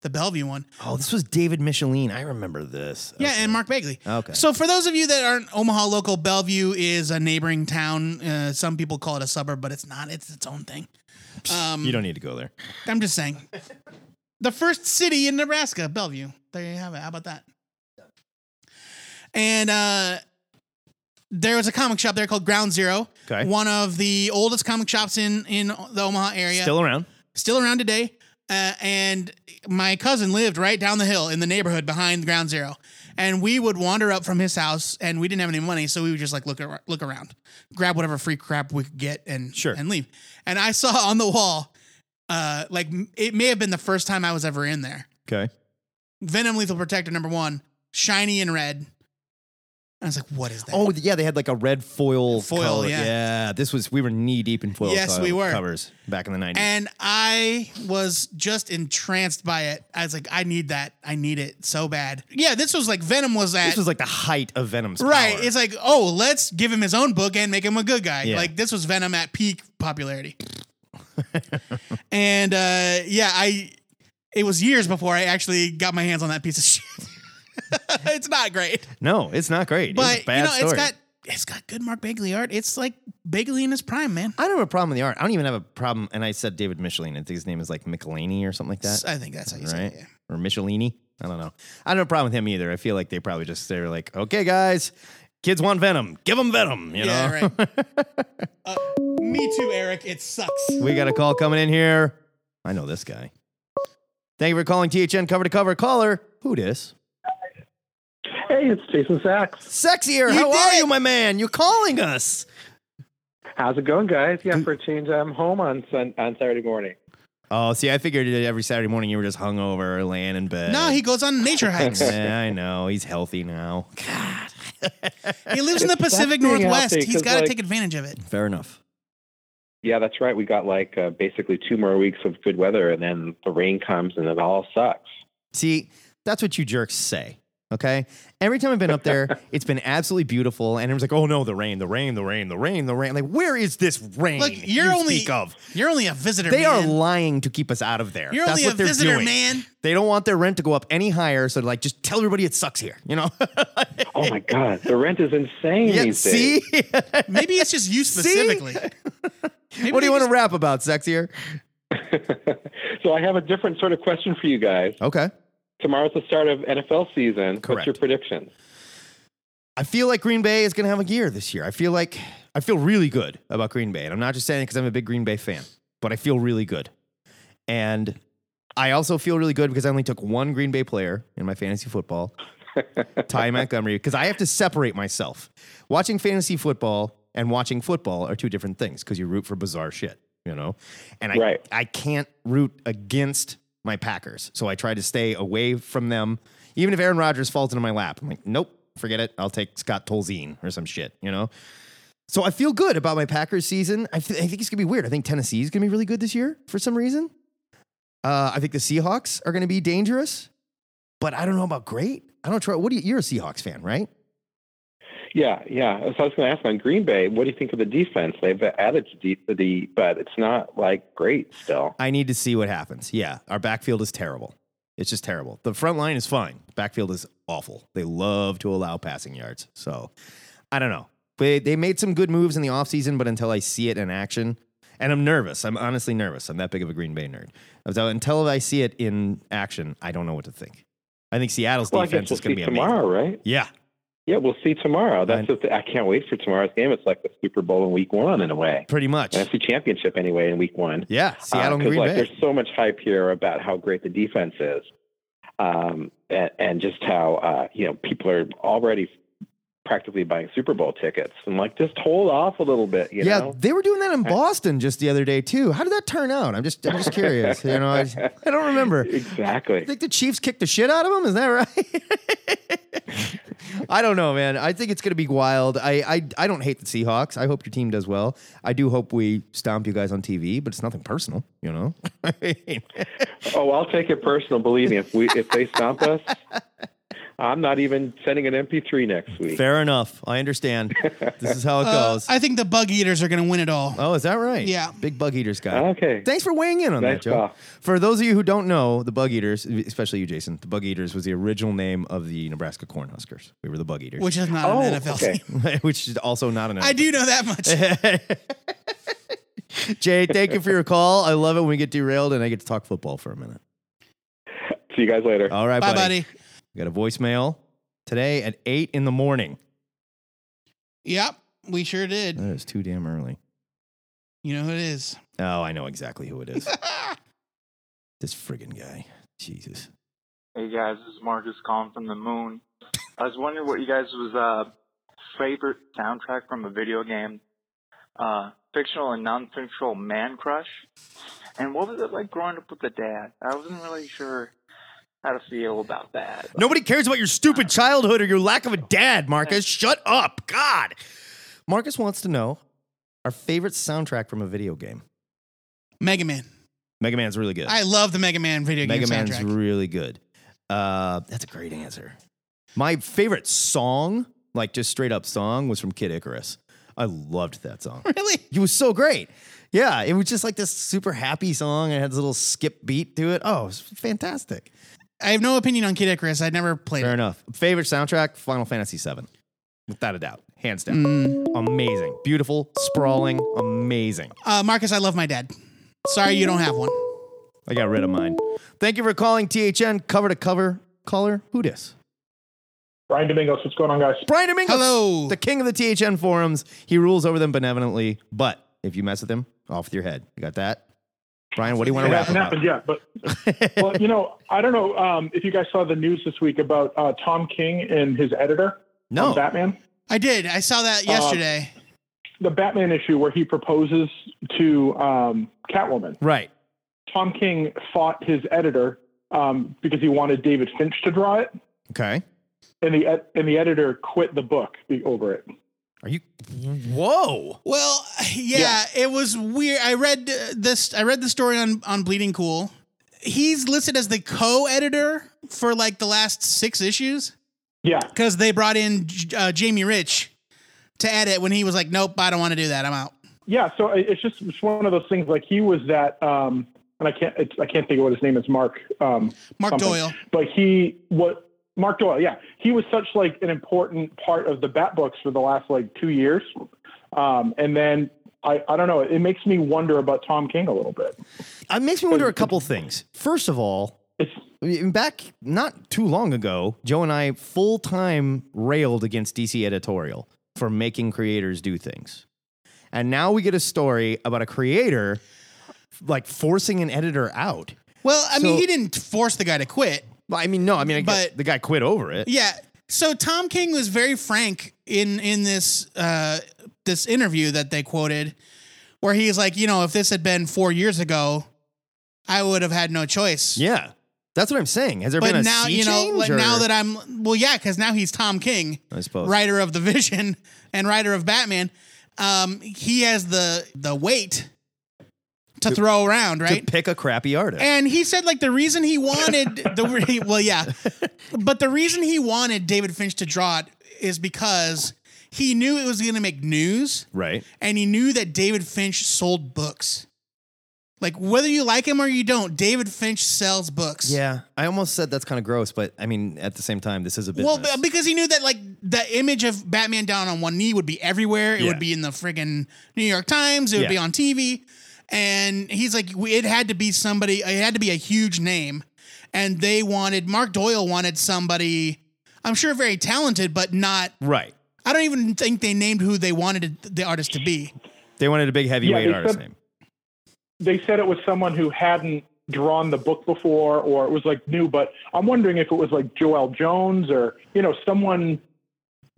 S4: the Bellevue one.
S3: Oh, this was David Michelin. I remember this.
S4: Yeah,
S3: Okay.
S4: and Mark Bagley.
S3: Okay.
S4: So for those of you that aren't Omaha local, Bellevue is a neighboring town. Uh, some people call it a suburb, but it's not. It's its own thing. Um,
S3: you don't need to go there.
S4: I'm just saying. The first city in Nebraska, Bellevue. There you have it. How about that? And uh, there was a comic shop there called Ground Zero.
S3: Okay.
S4: One of the oldest comic shops in in the Omaha area.
S3: Still around.
S4: Still around today. Uh, and my cousin lived right down the hill in the neighborhood behind Ground Zero. And we would wander up from his house, and we didn't have any money, so we would just like look ar- look around, grab whatever free crap we could get, and
S3: Sure.
S4: and leave. And I saw on the wall, uh, like m- it may have been the first time I was ever in there.
S3: Okay.
S4: Venom Lethal Protector number one, shiny and red. And I was like, what is that?
S3: Oh yeah, they had like a red foil.
S4: Foil,
S3: color.
S4: yeah.
S3: This was we were knee deep in foil.
S4: Yes,
S3: co-
S4: we were.
S3: covers back in the nineties.
S4: And I was just entranced by it. I was like, I need that. I need it so bad. Yeah, this was like Venom was at
S3: this was like the height of Venom's
S4: right.
S3: power.
S4: It's like, oh, let's give him his own book and make him a good guy.
S3: Yeah.
S4: Like this was Venom at peak
S3: <laughs>
S4: popularity. and uh, yeah, I it was years before I actually got my hands on that piece of <laughs> shit. it's not great.
S3: no, it's not great.
S4: But
S3: it's a bad
S4: you know,
S3: story.
S4: it's got it's got good Mark Bagley art. It's like Bagley in his prime, man.
S3: I don't have a problem with the art. I don't even have a problem. And I said David Michelin. I think his name is like Michelini or something like that.
S4: I think that's how you say
S3: right?
S4: it. yeah.
S3: Or Michelini? I don't know. I don't have a problem with him either. I feel like they probably just they're like, okay, guys, kids want Venom, give them Venom. You know,
S4: Yeah, right. uh, me too, Eric. It sucks.
S3: we got a call coming in here. I know this guy. Thank you for calling THN cover to cover caller. Who dis?
S9: Hey, it's Jason Sachs.
S3: Sexier.
S4: You
S3: how
S4: did
S3: are
S4: it!
S3: you, my man? You're calling us.
S9: How's it going, guys?
S3: Mm.
S9: Yeah, for a change, I'm home on sun- on Saturday morning.
S3: Oh, see, I figured that every Saturday morning you were just hungover, laying in bed.
S4: No, he goes
S3: <laughs>
S4: on nature hikes.
S3: Yeah, I know. He's healthy now.
S4: <laughs> he lives in the Pacific
S9: being
S4: Northwest.
S9: healthy,
S4: He's
S9: 'cause,
S4: got to
S9: like-
S4: take advantage of it.
S3: Fair enough.
S9: Yeah, that's right. We got like uh, basically two more weeks of good weather, and then the rain comes, and it all sucks.
S3: See, that's what you jerks say. Okay. Every time I've been up
S4: <laughs>
S3: there, it's been absolutely beautiful. And it was like, oh no, the rain, the rain, the rain, the rain, the rain. Like, where is this rain?
S4: Look, you're
S3: you
S4: only-
S3: speak of.
S4: You're only a visitor.
S3: They are
S4: man.
S3: lying to keep us out of there.
S4: You're
S3: That's
S4: only
S3: what
S4: a
S3: they're
S4: visitor,
S3: doing.
S4: man.
S3: They don't want their rent to go up any higher. So like just tell everybody it sucks here. You know? <laughs>
S9: Oh my God, the rent is insane
S3: yeah,
S9: these days.
S3: see?
S4: <laughs> Maybe it's just
S3: <laughs>
S4: you specifically.
S3: what do
S4: they
S3: you want to
S4: just-
S3: rap about, sexier?
S9: so I have a different sort of question for you guys.
S3: Okay.
S9: Tomorrow's the start of NFL season.
S3: Correct.
S9: What's your prediction?
S3: I feel like Green Bay is going to have a year this year. I feel like I feel really good about Green Bay, and I'm not just saying it because I'm a big Green Bay fan, but I feel really good. And I also feel really good because I only took one Green Bay player in my fantasy football, Ty Montgomery, because I have to separate myself. Watching fantasy football and watching football are two different things because you root for bizarre shit, you know. And I
S9: Right.
S3: I can't root against my Packers. So I try to stay away from them. Even if Aaron Rodgers falls into my lap, I'm like, nope, forget it. I'll take Scott Tolzien or some shit, you know? So I feel good about my Packers season. I, th- I think it's going to be weird. I think Tennessee is going to be really good this year for some reason. Uh, I think the Seahawks are going to be dangerous, but I don't know about great. I don't try. What do you, you're a Seahawks fan, right?
S9: Yeah, yeah. So I was going to ask on Green Bay, what do you think of the defense? They've added to the, the- the but it's not like great still.
S3: I need to see what happens. Yeah, our backfield is terrible. It's just terrible. The front line is fine. Backfield is awful. They love to allow passing yards. So I don't know. They, they made some good moves in the offseason, but until I see it in action, and I'm nervous. I'm honestly nervous. I'm that big of a Green Bay nerd. So until I see it in action, I don't know what to think. I think Seattle's
S9: Well, I guess
S3: defense
S9: we'll
S3: is going
S9: see
S3: to be amazing.
S9: tomorrow, right?
S3: Yeah,
S9: Yeah, we'll see tomorrow. That's the th- I can't wait for tomorrow's game. It's like the Super Bowl in Week One in a way,
S3: pretty much.
S9: NFC Championship anyway in Week One.
S3: Yeah, Seattle and
S9: because
S3: Green
S9: Uh, like
S3: Bay.
S9: there's so much hype here about how great the defense is, um, and, and just how uh, you know people are already practically buying Super Bowl tickets and like just hold off a little bit, you
S3: yeah,
S9: know.
S3: they were doing that
S9: <laughs>
S3: in Boston just the other day too. How did that turn out? I'm just, I'm just curious. you know, I, I don't remember. I
S9: Exactly.
S3: think the Chiefs kicked the shit out of him. Is that right? <laughs> I don't know, man. I think it's going to be wild. I, I I don't hate the Seahawks. I hope your team does well. I do hope we stomp you guys on TV, but it's nothing personal, you know. I mean,
S9: Oh, I'll take it personal. Believe me, if we if they stomp us, I'm not even sending an MP3 next week.
S3: Fair enough. I understand. This is how it
S4: Uh,
S3: goes.
S4: I think the bug eaters are going to win it all.
S3: oh, is that right?
S4: Yeah.
S3: Big bug eaters guy.
S9: Okay.
S3: Thanks for weighing in on
S9: Nice
S3: that, Joe.
S9: call.
S3: For those of you who don't know, the Bug Eaters, especially you, Jason, the Bug Eaters was the original name of the Nebraska Cornhuskers. We were the Bug Eaters,
S4: Which is not
S9: Oh,
S4: an NFL
S9: okay.
S4: team.
S3: <laughs> which is also not an.
S4: I do know that much.
S3: <laughs> Jay, thank you for your call. I love it when we get derailed and I get to talk football for a minute.
S9: See you guys later.
S3: All right,
S4: Bye,
S3: buddy.
S4: buddy.
S3: We got a voicemail today at eight in the morning.
S4: Yep, we sure did.
S3: That is too damn early.
S4: You know who it is.
S3: Oh, I know exactly who it
S4: <laughs>
S3: is. this friggin' guy. Jesus.
S10: Hey guys, this is Marcus calling from the moon. I was wondering what you guys was uh favorite soundtrack from a video game, uh, fictional and non-fictional man crush, and what was it like growing up with a dad? I wasn't really sure how to feel about that.
S3: Nobody cares about your stupid childhood or your lack of a dad, Marcus. Shut up. God. Marcus wants to know our favorite soundtrack from a video game.
S4: Mega Man.
S3: Mega Man's really good.
S4: I love the Mega Man video
S3: Mega
S4: game
S3: Man's
S4: soundtrack.
S3: really good. Uh, that's a great answer. My favorite song, like just straight up song, was from Kid Icarus. I loved that
S4: <laughs>
S3: song.
S4: really?
S3: It was so great. Yeah, it was just like this super happy song. It had this little skip beat to it. Oh, it was fantastic.
S4: I have no opinion on Kid Icarus. I never played
S3: Fair
S4: it.
S3: enough. Favorite soundtrack: Final Fantasy VII, without a doubt, hands down.
S4: Mm. Hmm.
S3: Amazing, beautiful, sprawling, amazing.
S4: Uh, Marcus, I love my dad. Sorry you don't have one.
S3: I got rid of mine. Thank you for calling THN cover to cover caller. Who dis?
S11: Brian Domingos, what's going on, guys?
S3: Brian Dominguez.
S4: Hello.
S3: The king of the THN forums. He rules over them benevolently, but if you mess with him, off with your head. You got that? Brian, what do you want to
S11: It
S3: wrap
S11: hasn't
S3: about?
S11: happened yet, but
S3: <laughs>
S11: well, you know, I don't know um, if you guys saw the news this week about uh, Tom King and his editor on
S3: No.
S11: Batman,
S4: I did. I saw that
S3: Uh,
S4: yesterday.
S11: the Batman issue where he proposes to um, Catwoman.
S3: Right.
S11: Tom King fought his editor um, because he wanted David Finch to draw it,
S3: Okay.
S11: and the ed- and the editor quit the book be- over it.
S3: Are you? Whoa.
S4: well, <laughs> yeah, it was weird. I read uh, this. I read the story on on Bleeding Cool. He's listed as the co-editor for like the last six issues
S11: Yeah,
S4: because they brought in J- uh, Jamie Rich to edit when he was like, "Nope, I don't want to do that. I'm out."
S11: yeah. So it- it's just it's one of those things. Like he was that, um, and I can't it's, I can't think of what his name is. Mark. Um,
S4: Mark
S11: something.
S4: Doyle.
S11: but he what Mark Doyle, yeah, he was such like an important part of the Bat books for the last like two years, um, and then I I don't know, it makes me wonder about Tom King a little bit.
S3: Uh, It makes me wonder a couple things. First of all,
S11: It's
S3: back not too long ago, Joe and I full time railed against DC editorial for making creators do things. And now we get a story about a creator like forcing an editor out.
S4: Well, I mean,
S3: So-
S4: he didn't force the guy to quit.
S3: Well, I mean, no, I mean, I guess
S4: But-
S3: the guy quit over it.
S4: Yeah. So Tom King was very frank in in this uh, this interview that they quoted, where he's like, you know, if this had been four years ago, I would have had no choice.
S3: Yeah, that's what I'm saying. Has there
S4: but
S3: been a
S4: now
S3: sea
S4: you know,
S3: change,
S4: like,
S3: or-
S4: now that I'm well, yeah, because now he's Tom King,
S3: I suppose.
S4: writer of the Vision and writer of Batman. Um, he has the the weight to, throw around, right?
S3: to pick a crappy artist.
S4: And he said like the reason he wanted
S3: <laughs>
S4: the re- well yeah, but the reason he wanted David Finch to draw it is because he knew it was going to make news,
S3: right?
S4: And he knew that David Finch sold books. Like whether you like him or you don't, David Finch sells books.
S3: Yeah, I almost said that's kind of gross, but I mean, at the same time, this is a bit.
S4: Well, b- because he knew that like the image of Batman down on one knee would be everywhere. It
S3: Yeah.
S4: would be in the friggin' New York Times. It would
S3: Yeah.
S4: be on TV, and he's like, w- it had to be somebody. It had to be a huge name, and they wanted Mark Doyle wanted somebody. I'm sure very talented, but not.
S3: right.
S4: I don't even think they named who they wanted the artist to be.
S3: They wanted a big heavyweight
S11: they
S3: artist
S11: said-
S3: name.
S11: They said it was someone who hadn't drawn the book before, or it was like new. But I'm wondering if it was like Joel Jones or you know someone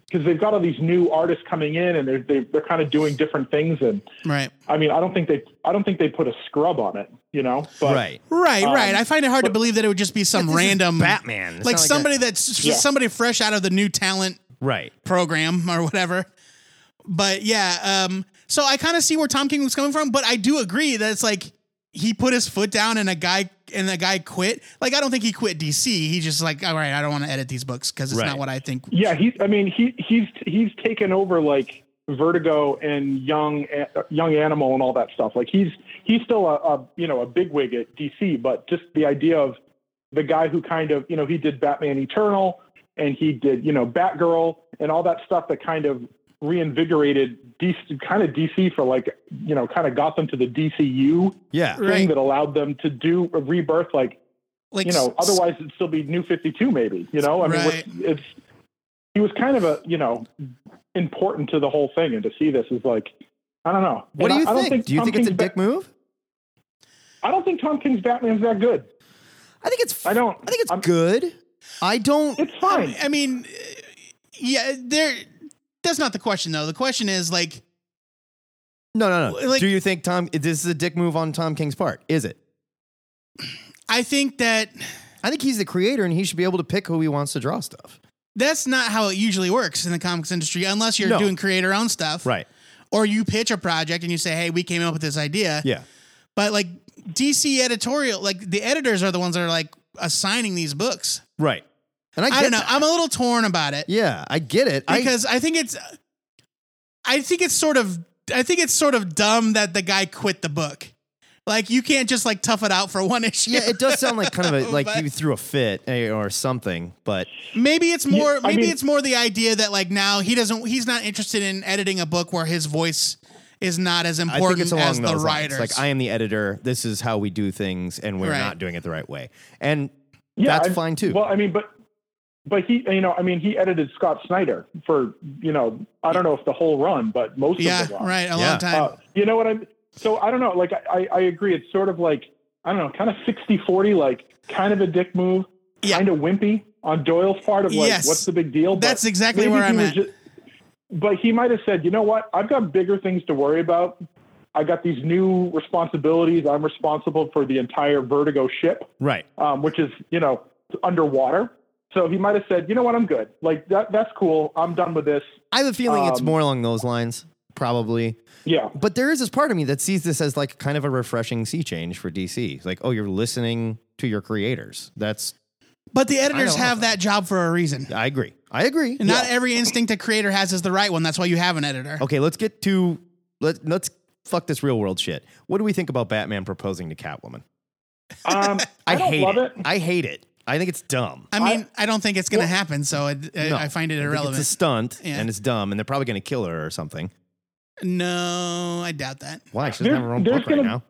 S11: because they've got all these new artists coming in and they're they, they're kind of doing different things. And
S4: Right.
S11: I mean, I don't think they I don't think they put a scrub on it. You know, but,
S3: right.
S4: Right,
S11: Um,
S4: right. I find it hard to believe that it would just be some
S3: this is
S4: random
S3: Batman. It's
S4: like
S3: not like
S4: somebody
S3: that-
S4: that's
S3: Yeah.
S4: somebody fresh out of the new talent
S3: Right.
S4: program or whatever. But yeah, um, so I kind of see where Tom King was coming from, but I do agree that it's like he put his foot down and a guy and a guy quit. Like I don't think he quit DC. He just like all right, I don't want to edit these books because it's
S11: Right.
S4: not what I think.
S11: Yeah, he's. I mean, he he's he's taken over like Vertigo and Young uh, Young Animal and all that stuff. Like he's he's still a, a you know a bigwig at DC, but just the idea of the guy who kind of you know he did Batman Eternal and he did you know Batgirl and all that stuff that kind of reinvigorated DC, kind of DC for like you know kind of got them to the DCU
S3: Yeah.
S11: thing that allowed them to do a rebirth like
S4: Like
S11: you know
S4: s-
S11: otherwise it'd still be new 52 maybe you know i mean
S4: Right.
S11: what's- it's he was kind of a you know important to the whole thing and to see this is like i don't know
S3: What
S11: And
S3: do you
S11: I, I don't
S3: think?
S11: think
S3: Do you
S11: Tom
S3: think it's a
S11: King's Ba-
S3: dick move?
S11: i don't think tom king's batman's that good
S3: i think it's
S11: i don't i
S3: think it's good i don't
S11: it's fine
S4: I mean, uh, yeah, there. That's not the question though. The question is like,
S3: No, no, no.
S4: Like-
S3: do you think Tom? This is a dick move on Tom King's part. Is it?
S4: I think that
S3: I think he's the creator, and he should be able to pick who he wants to draw stuff.
S4: that's not how it usually works in the comics industry, unless you're
S3: No.
S4: doing creator owned stuff,
S3: Right.
S4: Or you pitch a project and you say, "Hey, we came up with this idea."
S3: Yeah.
S4: But like DC editorial, like the editors are the ones that are like assigning these books.
S3: Right. And I,
S4: I,
S3: get
S4: don't know.
S3: that.
S4: I'm a little torn about it
S3: Yeah, I get it. I-
S4: because I, think it's, I think it's sort of, I think it's sort of dumb that the guy quit the book. Like you can't just like tough it out for one <laughs> issue.
S3: yeah, it does sound like kind <laughs> of a, like
S4: But
S3: you threw a fit eh, or something, but
S4: maybe it's
S3: Yeah,
S4: more.
S3: I
S4: maybe
S3: mean-
S4: it's more the idea that like now he doesn't. He's not interested in editing a book where his voice is not as
S3: I think
S4: important
S3: it's along
S4: as the
S3: those
S4: writers.
S3: lines. Like I am the editor. This is how we do things, and we're
S4: Right.
S3: not doing it the right way. And
S11: yeah
S3: that's
S11: I-
S3: fine too.
S11: well i mean but but he you know i mean he edited scott snyder for you know i don't know if the whole run but most
S4: Yeah,
S11: of the run
S4: right, a long Yeah. time.
S11: Uh, you know what i'm so i don't know like I, I i agree it's sort of like i don't know kind of 60 40 like kind of a dick move kind of wimpy on doyle's part of like
S4: Yes.
S11: what's the big deal
S4: That's exactly
S11: maybe
S4: where
S11: he
S4: I'm
S11: was
S4: at.
S11: ju- but he might have said you know what i've got bigger things to worry about i got these new responsibilities i'm responsible for the entire vertigo ship
S3: right.
S11: um, which is you know underwater. So he might have said, you know what, I'm good. Like that, that's cool. I'm done with this.
S3: I have a feeling it's
S11: Um,
S3: more along those lines, probably.
S11: Yeah.
S3: But there is this part of me that sees this as like kind of a refreshing sea change for DC. It's Like, oh, you're listening to your creators. That's
S4: But the
S3: I
S4: editors
S3: don't know
S4: have that job for a reason.
S3: I agree. I agree.
S4: And Not every instinct a creator has is the right one. That's why you have an editor.
S3: Okay, let's get to let let's fuck this real world shit. What do we think about Batman proposing to Catwoman?
S4: <laughs>
S11: Um,
S3: I,
S4: don't
S3: hate
S4: love
S3: it. I hate it. I think it's dumb.
S4: I mean, I, don't think it's going to happen, so it, I,
S3: No.
S4: I find it
S3: think
S4: irrelevant.
S3: It's a stunt
S4: Yeah.
S3: and it's dumb, and they're probably going to kill her or something.
S4: no, I doubt that.
S3: Why? She doesn't have her own
S11: There's-
S3: book right
S11: there's
S3: now.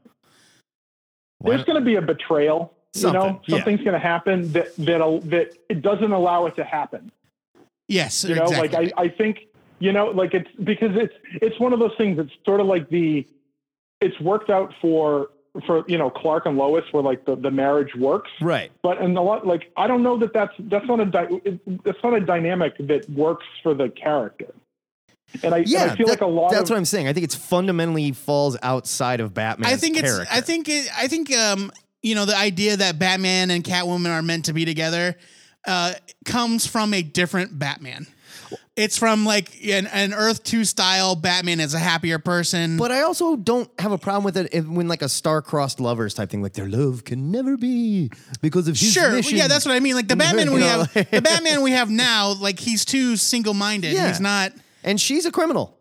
S11: There's going to be a betrayal. You know,
S3: Something, yeah.
S11: something's going to happen that that'll, that it doesn't allow it to happen.
S4: Yes,
S11: you know, like I, I think you know, like it's because it's it's one of those things. It's sort of like the it's worked out for for you know Clark and Lois, where like the, the marriage works,
S3: right?
S11: But and a lot like I don't know that that's that's not a di- it- that's not a dynamic that works for the character. And I, and I feel
S3: that-
S11: like a lot
S3: That's
S11: of
S3: what I'm saying. I think it's fundamentally falls outside of Batman.
S4: I think it's.
S3: character.
S4: I think. It, I think. Um, you know, the idea that Batman and Catwoman are meant to be together uh, comes from a different Batman. It's from like an, an Earth 2 style Batman is a happier person.
S3: But I also don't have a problem with it if- when like a star-crossed lovers type thing, like their love can never be because of his
S4: sure,
S3: mission.
S4: yeah, that's what I mean. Like the
S3: and her,
S4: Batman we
S3: <laughs> you know,
S4: have,
S3: like- <laughs>
S4: the Batman we have now, like he's too single minded.
S3: Yeah.
S4: He's not.
S3: And she's a criminal.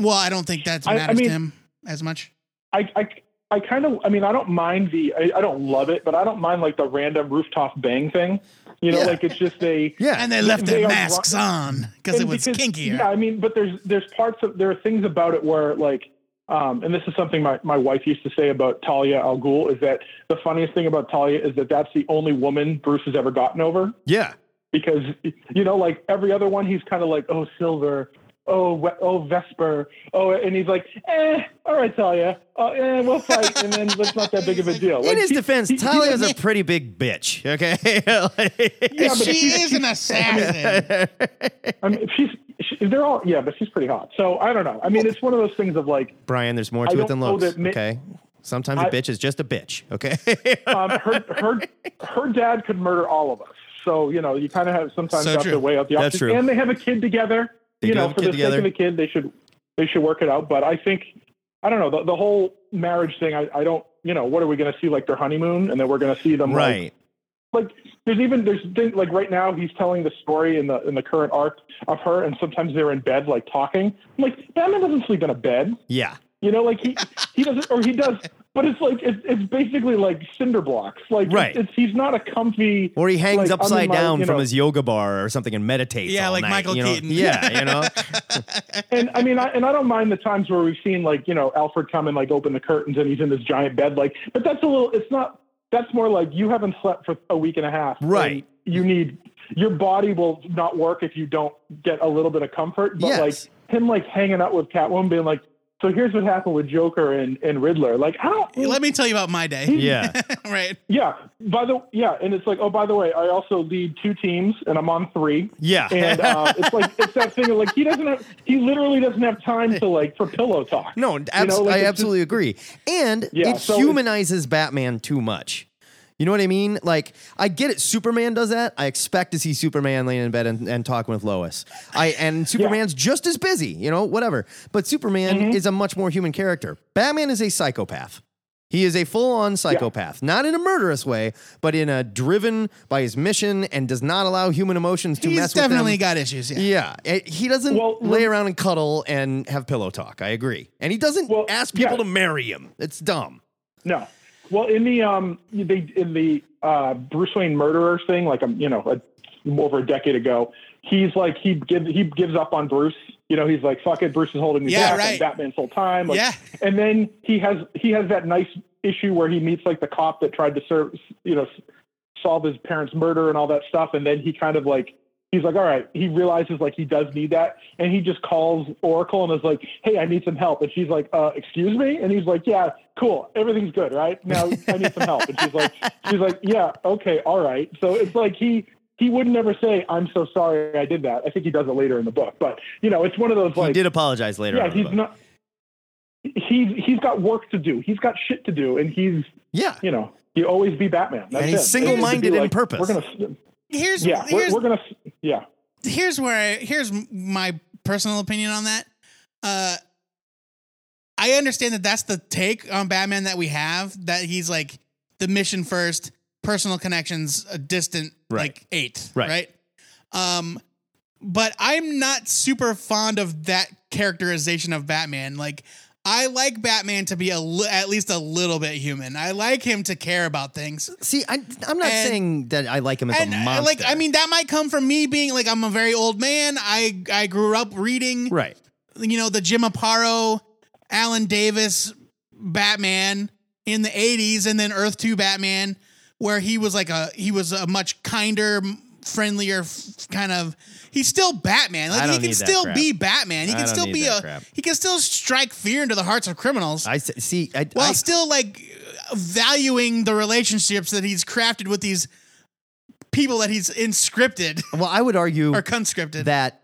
S4: Well, I don't think that
S11: I- I
S4: matters
S11: mean-
S4: to him as much.
S11: I, I, I kind of, I mean, I don't mind the, I, I don't love it, but I don't mind like the random rooftop bang thing. You know,
S4: <laughs> Yeah.
S11: like it's just a
S3: yeah.
S4: And they left their
S11: are
S4: masks on because it
S11: And
S4: was kinkier.
S11: Yeah, I mean, but there's there's parts of there are things about it where like, um, and this is something my, my wife used to say about Talia al Ghul is that the funniest thing about Talia is that that's the only woman Bruce has ever gotten over
S4: <laughs>
S3: Yeah.
S11: because you know like every other one he's kind of like oh Silver. Oh, we- oh, Vesper. Oh, and he's like, eh, all right, Talia. Uh, eh, we'll fight, and then that's not that big of a deal. Like,
S3: In his
S11: he-
S3: defense,
S11: he- he
S3: Talia's
S11: doesn't-
S3: <laughs> a pretty big bitch. <laughs> Okay.
S11: Yeah, but
S4: she
S11: if you- <laughs>
S4: is an assassin.
S11: I mean, she's she, they're all yeah, but she's pretty hot. So I don't know. I mean, it's one of those things of like,
S3: Brian, there's more
S11: I
S3: to it
S11: don't
S3: than
S11: know
S3: looks.
S11: that ma-
S3: okay. Sometimes a
S11: I-
S3: bitch is just a bitch. Okay. <laughs>
S11: <laughs> um, her her her dad could murder all of us. So you know, you kind of have sometimes
S3: So
S11: have
S3: true.
S11: to weigh up the
S3: That's
S11: options.
S3: true.
S11: And they have a kid together.
S3: They
S11: you
S3: do
S11: know,
S3: have a
S11: for
S3: kid
S11: the
S3: together.
S11: sake of the kid, they should they should work it out. But I think I don't know the, the whole marriage thing. I, I don't. You know, what are we going to see like their honeymoon, and then we're going to see them like,
S3: right.
S11: like there's even there's things like right now he's telling the story in the in the current arc of her and sometimes they're in bed like talking I'm like batman doesn't sleep in a bed
S3: Yeah.
S11: you know like he he doesn't or he does but it's like it's, it's basically like cinder blocks like it's-
S3: Right.
S11: it's, he's not a comfy
S3: Or he hangs
S11: like,
S3: upside
S11: unlike,
S3: down
S11: you
S3: from
S11: know-
S3: his yoga bar or something and meditates.
S4: Yeah,
S3: all
S4: like
S3: night,
S4: Michael
S3: you know?
S4: Keaton. <laughs>
S3: Yeah, you know.
S11: and i mean I, and i don't mind the times where we've seen like you know alfred come and like open the curtains and he's in this giant bed like but that's a little it's not that's more like you haven't slept for a week and a half
S3: Right.
S11: and you need your body will not work if you don't get a little bit of comfort but
S3: Yes.
S11: like him like hanging out with catwoman being like so here's what happened with joker and, and riddler like i don't
S4: Let me tell you about
S11: <laughs>
S4: my day.
S3: Yeah.
S4: right.
S11: yeah. By the yeah, and it's like, oh, by the way, I also lead two teams, and I'm on three.
S3: Yeah.
S11: And
S4: <laughs>
S11: uh, it's like it's that thing of like he doesn't have he literally doesn't have time to like for pillow talk.
S3: No, abs-
S11: know, like,
S3: I
S11: it's
S3: absolutely agree. And
S11: Yeah,
S3: it
S11: so it's-
S3: humanizes Batman too much. You know what I mean? Like, I get it. Superman does that. I expect to see Superman laying in bed and, and talking with Lois. I
S11: <laughs>
S3: and Superman's just as busy. You know, whatever. But Superman
S11: Mm-hmm.
S3: is a much more human character. Batman is a psychopath. He is a full-on psychopath, not in a murderous way, but in a driven by his mission and does not allow human emotions to
S4: He's
S3: mess with them.
S4: definitely got issues. Yeah.
S3: Yeah, eh, he doesn't
S11: Well,
S3: lay
S11: rem-
S3: around and cuddle and have pillow talk. I agree, and he doesn't ask people
S11: yeah.
S3: to marry him. It's dumb.
S11: No. Well, in the um, they in the uh, Bruce Wayne murderer thing, like um, you know, a, over a decade ago, he's like he give, he gives up on Bruce. You know, he's like, fuck it, Bruce is holding me
S4: Yeah,
S11: back.
S4: right.
S11: I'm Batman full time. Like,
S4: Yeah.
S11: And then he has he has that nice issue where he meets like the cop that tried to serve, you know, s- solve his parents' murder and all that stuff, and then he kind of like. He's like, all right. He realizes like he does need that, and he just calls Oracle and is like, "Hey, I need some help." And she's like, uh, "Excuse me?" And he's like, "Yeah, cool. Everything's good, right? Now I need some help." And she's
S3: <laughs>
S11: like, "She's like, yeah, okay, all right." So it's like he he would never say, "I'm so sorry, I did that." I think he does it later in the book, but you know, it's one of those
S3: he
S11: like,
S3: did apologize later.
S11: yeah,
S3: on in the
S11: he's
S3: book.
S11: not. He's he's got work to do. He's got shit to do, and he's
S3: Yeah,
S11: you know you always be Batman. That's
S3: And he's
S11: it.
S3: single-minded
S11: It's to be
S3: in
S11: like,
S3: purpose.
S11: We're gonna
S4: Here's
S11: yeah, we're,
S4: here's
S11: we're gonna yeah.
S4: here's where I, here's m- my personal opinion on that. Uh, I understand that that's the take on Batman that we have that he's like the mission first, personal connections a distant
S3: Right.
S4: like eighth,
S3: Right.
S4: right? Um, but I'm not super fond of that characterization of Batman. Like, I like Batman to be a li- at least a little bit human. I like him to care about things.
S3: See, I, I'm not
S4: And-
S3: saying that I like him as
S4: And,
S3: a
S4: uh,
S3: monster.
S4: Like, I mean, that might come from me being like, I'm a very old man. I I grew up reading,
S3: right?
S4: you know, the Jim Aparo, Alan Davis, Batman in the 80s, and then Earth 2 Batman, where he was like a he was a much kinder, m- friendlier f- kind of. He's still Batman. Like
S3: I don't
S4: he can
S3: need that
S4: still
S3: crap.
S4: be Batman. He
S3: I
S4: can
S3: don't
S4: still
S3: need
S4: be
S3: that
S4: a
S3: crap.
S4: he can still strike fear into the hearts of criminals
S3: I s- see. I,
S4: while
S3: I-
S4: still like valuing the relationships that he's crafted with these people that he's inscripted
S3: well, I would argue
S4: or conscripted.
S3: that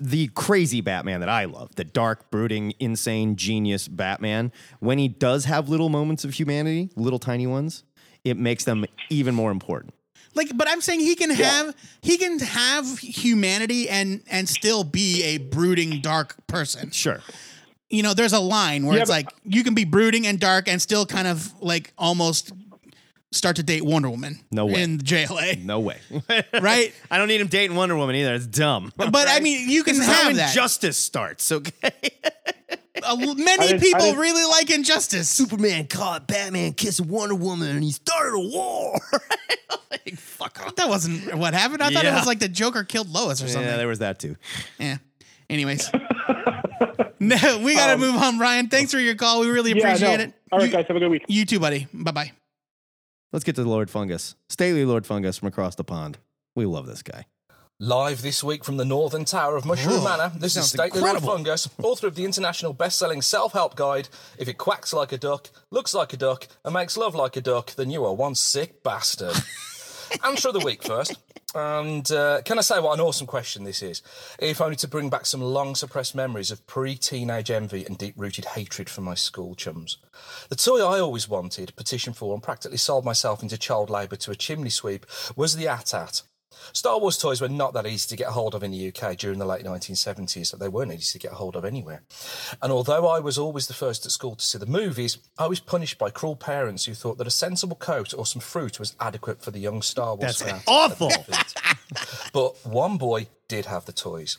S3: the crazy Batman that I love, the dark, brooding, insane, genius Batman, when he does have little moments of humanity, little tiny ones, it makes them even more important.
S4: Like, but I'm saying he can have he can have humanity and and still be a brooding dark person.
S3: Sure.
S4: You know, there's a line where
S11: Yeah,
S4: it's
S11: but-
S4: like you can be brooding and dark and still kind of like almost start to date Wonder Woman.
S3: No way.
S4: In JLA.
S3: No way. <laughs>
S4: right?
S3: I don't need him dating Wonder Woman either. It's dumb.
S4: But I
S3: <laughs>
S4: mean, you can
S3: This is how
S4: have that.
S3: Injustice starts. Okay.
S4: Uh,
S3: <laughs> I
S4: many
S3: just- I
S4: people
S3: <laughs> just-
S4: really like Injustice.
S3: Superman caught Batman kissing Wonder Woman, and he started a war. <laughs>
S4: That wasn't what happened. I thought it
S3: Yeah.
S4: was like the Joker killed Lois or
S3: <laughs>
S4: something.
S3: Yeah, there was that too.
S4: Yeah. Anyways. <laughs> no, we
S3: Um,
S4: got to move on, Ryan. Thanks for your call. We really
S11: Yeah,
S4: appreciate
S11: no.
S4: it.
S11: All right,
S4: You-
S11: guys, have a good week.
S4: You too, buddy. Bye bye.
S3: Let's get to Lord Fungus. Stately Lord Fungus from across the pond. We love this guy.
S12: Live this week from the Northern Tower of Mushroom
S3: Whoa,
S12: Manor, this is
S3: sounds
S12: Stately Lord
S3: incredible.
S12: Fungus, author of the international best-selling self-help guide, If It Quacks Like a Duck, Looks Like a Duck, and Makes Love Like a Duck, Then You Are One Sick Bastard.
S3: <laughs>
S12: Answer of the week first. And uh, can I say what an awesome question this is? If only to bring back some long suppressed memories of pre teenage envy and deep rooted hatred for my school chums. The toy I always wanted, petitioned for, and practically sold myself into child labour to a chimney sweep was the AT-AT. Star Wars toys were not that easy to get hold of in the UK during the late 1970s, but they weren't easy to get hold of anywhere. And although I was always the first at school to see the movies, I was punished by cruel parents who thought that a sensible coat or some fruit was adequate for the young Star Wars
S3: That's
S12: fan.
S3: awful.
S12: <laughs> but one boy did have the toys.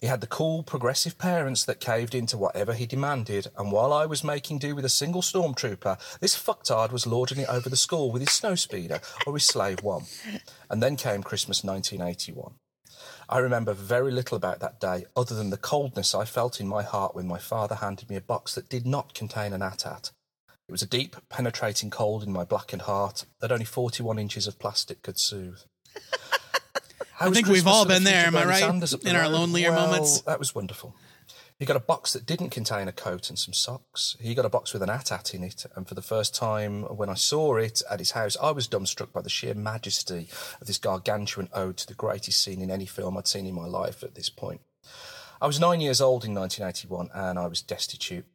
S12: He had the cool, progressive parents that caved into whatever he demanded, and while I was making do with a single stormtrooper, this fucktard was lording it over the school with his snowspeeder or his slave one. And then came Christmas 1981. I remember very little about that day other than the coldness I felt in my heart when my father handed me a box that did not contain an AT-AT. It was a deep, penetrating cold in my blackened heart that only 41 inches of plastic could soothe. How
S4: <laughs> I
S12: was
S4: think we've
S12: Christmas
S4: all
S12: for the
S4: been there,
S12: future
S4: am I
S12: Bernie
S4: right?
S12: Sanders up the
S4: In our
S12: road?
S4: lonelier
S12: Well,
S4: moments.
S12: That was wonderful. He got a box that didn't contain a coat and some socks. He got a box with an AT-AT in it, and for the first time when I saw it at his house, I was dumbstruck by the sheer majesty of this gargantuan ode to the greatest scene in any film I'd seen in my life at this point. I was nine years old in 1981, and I was destitute.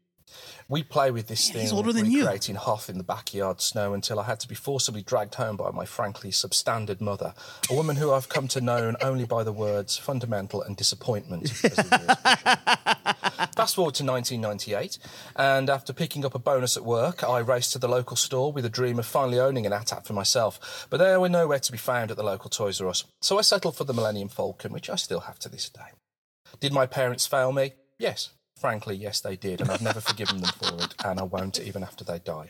S12: We play with this thing,
S4: he's older than you.
S12: recreating Hoth in the backyard snow until I had to be forcibly dragged home by my frankly substandard mother, a woman who I've come to know only by the words fundamental and disappointment. As the years
S4: <laughs>
S12: pushed. Fast forward to 1998, and after picking up a bonus at work, I raced to the local store with a dream of finally owning an AT-AT for myself. But they were nowhere to be found at the local Toys R Us, so I settled for the Millennium Falcon, which I still have to this day. Did my parents fail me? Yes. Frankly, yes, they did, and I've never forgiven them for it, and I won't even after they
S4: <laughs>
S12: die.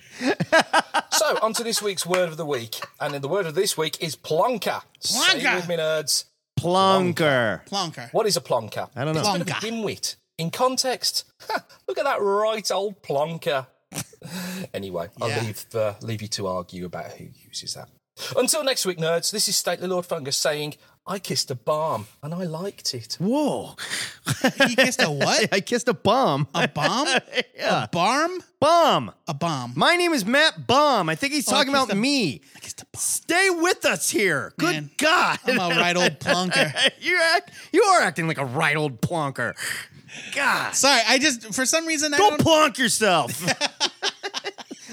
S12: So, on to this week's word of the week, and the word of this week is plonker. Say it
S4: Plonker.
S12: with me, nerds.
S3: Plonker.
S4: Plonker.
S12: What is a plonker?
S3: I don't know.
S12: It's a bit of a dimwit. In context, <laughs> look at that right old plonker. <laughs> anyway, I'll leave, uh, leave you to argue about who uses that. Until next week, nerds, this is Stately Lord Fungus saying, I kissed a balm and I liked it.
S3: Whoa.
S4: He kissed a what?
S3: <laughs> I kissed a bomb.
S4: A bomb?
S3: <laughs> yeah.
S4: A barm?
S3: Bomb.
S4: A bomb.
S3: My name is Matt Bomb. I think he's
S4: Oh, I
S3: talking
S4: kissed
S3: about
S4: a-
S3: me. Stay with us here. Good
S4: Man,
S3: God.
S4: I'm a right old plonker.
S3: <laughs> you act, you are acting like a right old plonker. God.
S4: Sorry, I just for some reason I
S3: Go
S4: don't.
S3: plonk yourself.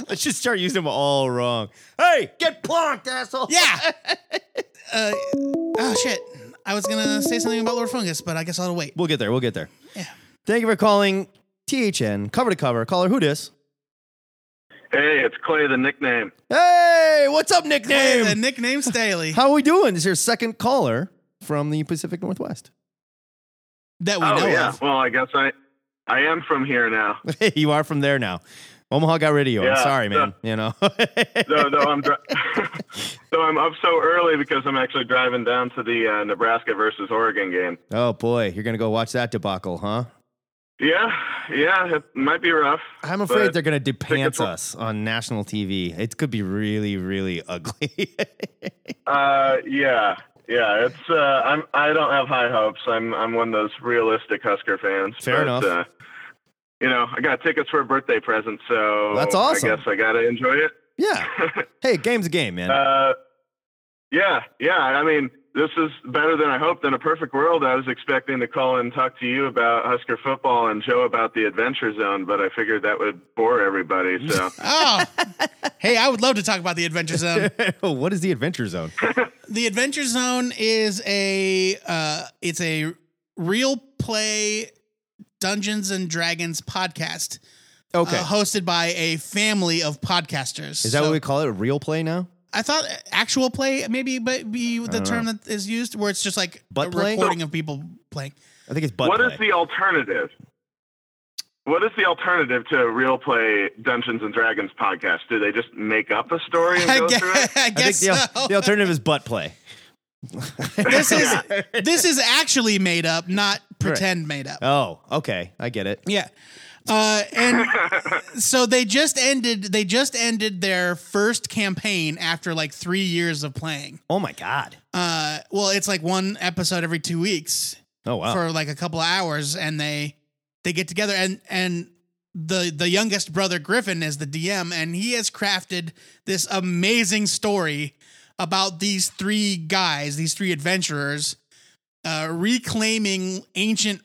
S3: Let's just start using them all wrong. Hey, get plonked, asshole. <laughs>
S4: Yeah. uh, oh shit! I was gonna say something about Lord Fungus, but I guess I'll wait.
S3: We'll get there. We'll get there.
S4: Yeah.
S3: Thank you for calling THN cover to cover. Caller, who dis?
S13: Hey, it's Clay, the nickname.
S3: Hey, what's up, nickname?
S4: The uh, nickname Staley.
S3: How are we doing? This is your second caller from the Pacific Northwest. <laughs>
S4: That
S3: we
S13: oh
S3: know
S13: yeah.
S3: of.
S13: Well, I guess I, I am from
S3: <laughs>
S13: here now.
S3: you are from there now. Omaha got rid of you. I'm
S13: Yeah,
S3: sorry,
S13: so-
S3: man. You know. <laughs>
S13: No, no, I'm. Dri- <laughs> so I'm up so early because I'm actually driving down to the uh, Nebraska versus Oregon game.
S3: oh boy, you're gonna go watch that debacle, huh?
S13: Yeah, yeah, it might be rough.
S3: I'm afraid
S13: but
S3: they're gonna
S13: tickets
S3: depants
S13: were-
S3: us on national TV. It could be really, really ugly. <laughs>
S13: Uh, yeah, yeah. It's. Uh, I'm. I don't have high hopes. I'm. I'm one of those realistic Husker fans.
S3: Fair
S13: but,
S3: enough.
S13: Uh, you know, I got tickets for a birthday present, so
S3: That's awesome.
S13: I guess I gotta enjoy it.
S3: yeah. Hey, game's a game, man.
S13: Uh, yeah, yeah. I mean, This is better than I hoped. In a perfect world, I was expecting to call and talk to you about Husker football and Joe about the Adventure Zone, but I figured that would bore everybody.
S4: <laughs>
S13: So
S4: Oh, hey, I would love to talk about the Adventure Zone.
S3: <laughs> what is the Adventure Zone?
S4: the Adventure Zone is a uh, it's a real play Dungeons and Dragons podcast.
S3: Okay.
S4: uh, hosted by a family of podcasters.
S3: Is that
S4: So-
S3: what we call it? Real play now?
S4: I thought actual play maybe, but be
S3: I
S4: the
S3: don't
S4: term
S3: know.
S4: that is used where it's just like
S3: Butt
S4: a
S3: play?
S4: recording of people playing.
S3: I think it's butt
S13: what
S3: play.
S13: is the alternative? What is the alternative to a real play Dungeons and Dragons podcast? Do they just make up a story and
S4: <laughs>
S13: go through it?
S4: <laughs> I guess
S3: think the,
S4: so.
S3: the alternative is butt play. <laughs>
S4: this is this is actually made up, not <laughs> pretend made up.
S3: Oh, okay. I get it.
S4: Yeah. Uh, and
S3: <laughs>
S4: so they just ended they just ended their first campaign after like three years of playing.
S3: Oh my god.
S4: Uh well it's like one episode every two weeks.
S3: Oh, wow.
S4: For like a couple of hours and they they get together and and the the youngest brother Griffin is the DM and he has crafted this amazing story about these three guys, these three adventurers uh reclaiming ancient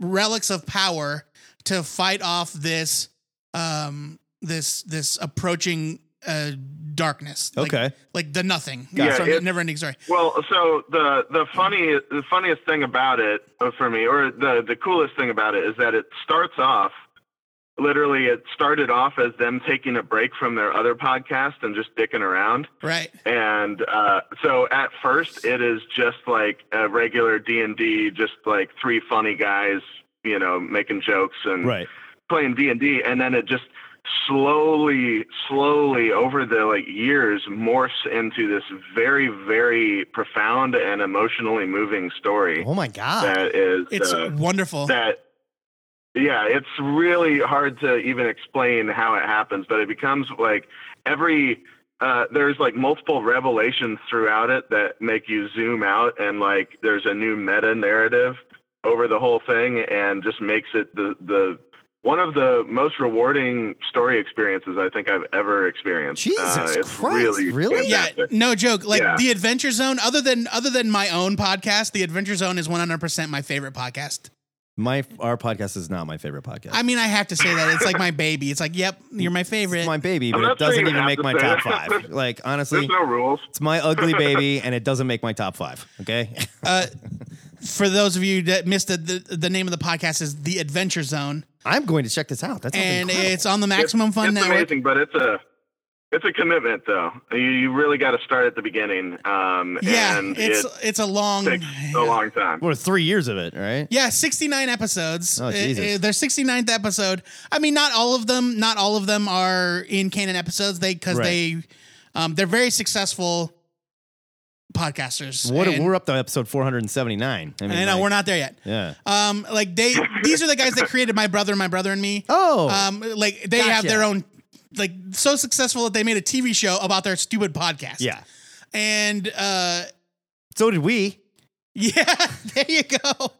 S4: relics of power to fight off this um this this approaching uh darkness Like-
S13: Okay.
S4: like the nothing
S13: Yeah,
S4: from
S13: it-
S4: never ending story
S13: Well, so the the funny the funniest thing about it uh, for me, or the the coolest thing about it, is that it starts off. Literally, it started off as them taking a break from their other podcast and just dicking around.
S4: right
S13: And uh, so at first, it is just like a regular D and D, just like three funny guys, you know, making jokes and
S3: Right.
S13: playing D and D, and then it just slowly, slowly over the like years morphs into this very, very profound and emotionally moving story.
S3: Oh my god!
S13: That is
S4: It's
S13: uh,
S4: wonderful.
S13: That yeah, it's really hard to even explain how it happens, but it becomes like every uh, there's like multiple revelations throughout it that make you zoom out and like there's a new meta narrative over the whole thing and just makes it the the one of the most rewarding story experiences I think I've ever experienced. Uh,
S4: Jesus
S13: it's
S4: Christ,
S13: really,
S4: really? Yeah,
S13: fantastic.
S4: no joke like
S13: Yeah.
S4: the adventure zone other than other than my own podcast the adventure zone is 100% my favorite podcast
S3: My our podcast is not my favorite podcast.
S4: i mean i have to say that it's like my baby it's like yep you're my favorite
S3: my baby, but
S4: I'm not
S3: it doesn't
S4: saying you
S3: even
S4: have
S3: make
S4: to
S3: my
S4: say
S3: top
S4: it. <laughs>
S3: five. Like honestly,
S4: There's no
S13: rules.
S3: It's my
S4: <laughs>
S3: ugly baby, and it doesn't make my top five. Okay.
S4: uh, for those of you that missed it, the, the name of the podcast is the adventure zone
S3: i'm going to check this out that's
S4: and it's on the maximum
S13: it's,
S4: fun
S13: it's
S4: network
S13: amazing, but it's a it's a commitment though. You, you really got to start at the beginning. Um,
S4: yeah
S13: and
S4: it's
S13: it
S4: it's a long
S13: takes a long time.
S3: What three years of it, right?
S4: Yeah, 69 episodes.
S3: Oh,
S4: Uh,
S3: Jesus.
S4: uh, their 69th episode. I mean, not all of them, not all of them are in canon episodes. They cuz
S3: Right.
S4: they um they're very successful podcasters.
S3: What
S4: and,
S3: we're up to episode 479. I mean,
S4: I know,
S3: like-
S4: we're not there yet.
S3: Yeah.
S4: Um like they these are the guys that created My Brother, My Brother and Me.
S3: Oh.
S4: Um like they have
S3: Gotcha.
S4: their own like so successful that they made a TV show about their stupid podcast.
S3: Yeah.
S4: And uh
S3: So did we.
S4: <laughs> yeah, there you go.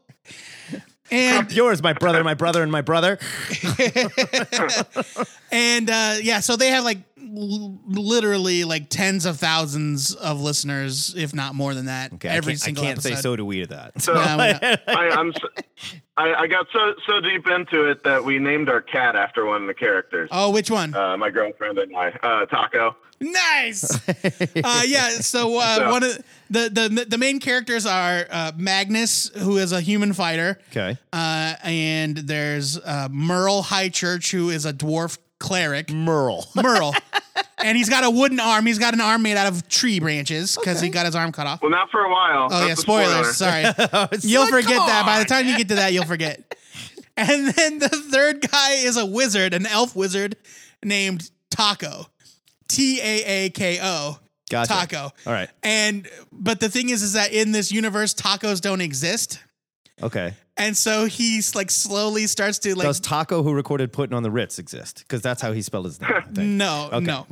S4: And
S3: Up yours, my brother, my brother, and my brother.
S4: and uh, yeah, so they have like l- literally like tens of thousands of listeners, if not more than that.
S3: Okay,
S4: every
S3: I can't,
S4: single
S3: I can't say
S4: episode.
S3: so do we to that.
S13: So I, I'm so,
S4: <laughs>
S13: I, I got so so deep into it that we named our cat after one of the characters.
S4: Oh, which one?
S13: Uh, my girlfriend and I, uh, Taco.
S3: <laughs>
S4: Nice. uh, yeah. So uh,
S13: So-
S4: one of the, the the main characters are uh, Magnus, who is a human fighter.
S3: Okay.
S4: Uh, and there's uh, Merle Highchurch, who is a dwarf cleric.
S3: Merle.
S4: Merle. and he's got a wooden arm. He's got an arm made out of tree branches because he got his arm cut off.
S13: Well, not for a while.
S4: Oh
S13: That's
S4: yeah,
S13: a
S4: spoilers.
S13: <laughs>
S4: Sorry,
S13: spoiler.
S4: you'll
S13: Oh, like,
S4: forget
S13: come
S4: that. By the time you get to that, you'll forget. and then the third guy is a wizard, an elf wizard named Taco, T A A K O,
S3: Gotcha.
S4: Taco.
S3: All right.
S4: And but the thing is, is that in this universe, tacos don't exist,
S3: Okay.
S4: and so he's like slowly starts to like
S3: Does Taco, who recorded Putting on the Ritz, exist? Because that's how he spelled his name.
S4: <laughs>
S3: I think.
S4: no,
S3: Okay. <laughs>
S4: no.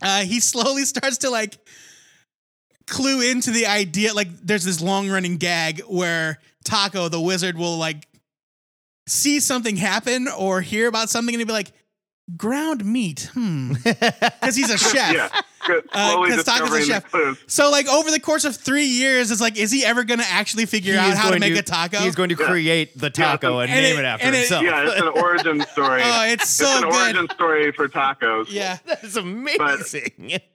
S4: Uh, he slowly <laughs> starts to like clue into the idea. Like, there's this long running gag where Taco the wizard will like see something happen or hear about something and he'll be like, ground meat.
S3: <laughs>
S4: Hmm. Because he's a chef.
S13: <laughs> Yeah. Good.
S4: Uh,
S13: Slowly
S4: 'cause Stock is a
S13: discovering the
S4: chef.
S13: food.
S4: So, like, over the course of three years, it's like, is he ever going to actually figure
S3: He
S4: out
S3: is
S4: how to
S3: going
S4: make
S3: to-
S4: a taco?
S3: he's going to Yeah. create the Yeah, taco and and name it- it after and it- himself. <laughs>
S13: Yeah, it's an origin story.
S4: Oh, it's so
S13: an
S4: good.
S13: origin story for tacos.
S4: Yeah.
S3: That's amazing.
S4: <laughs>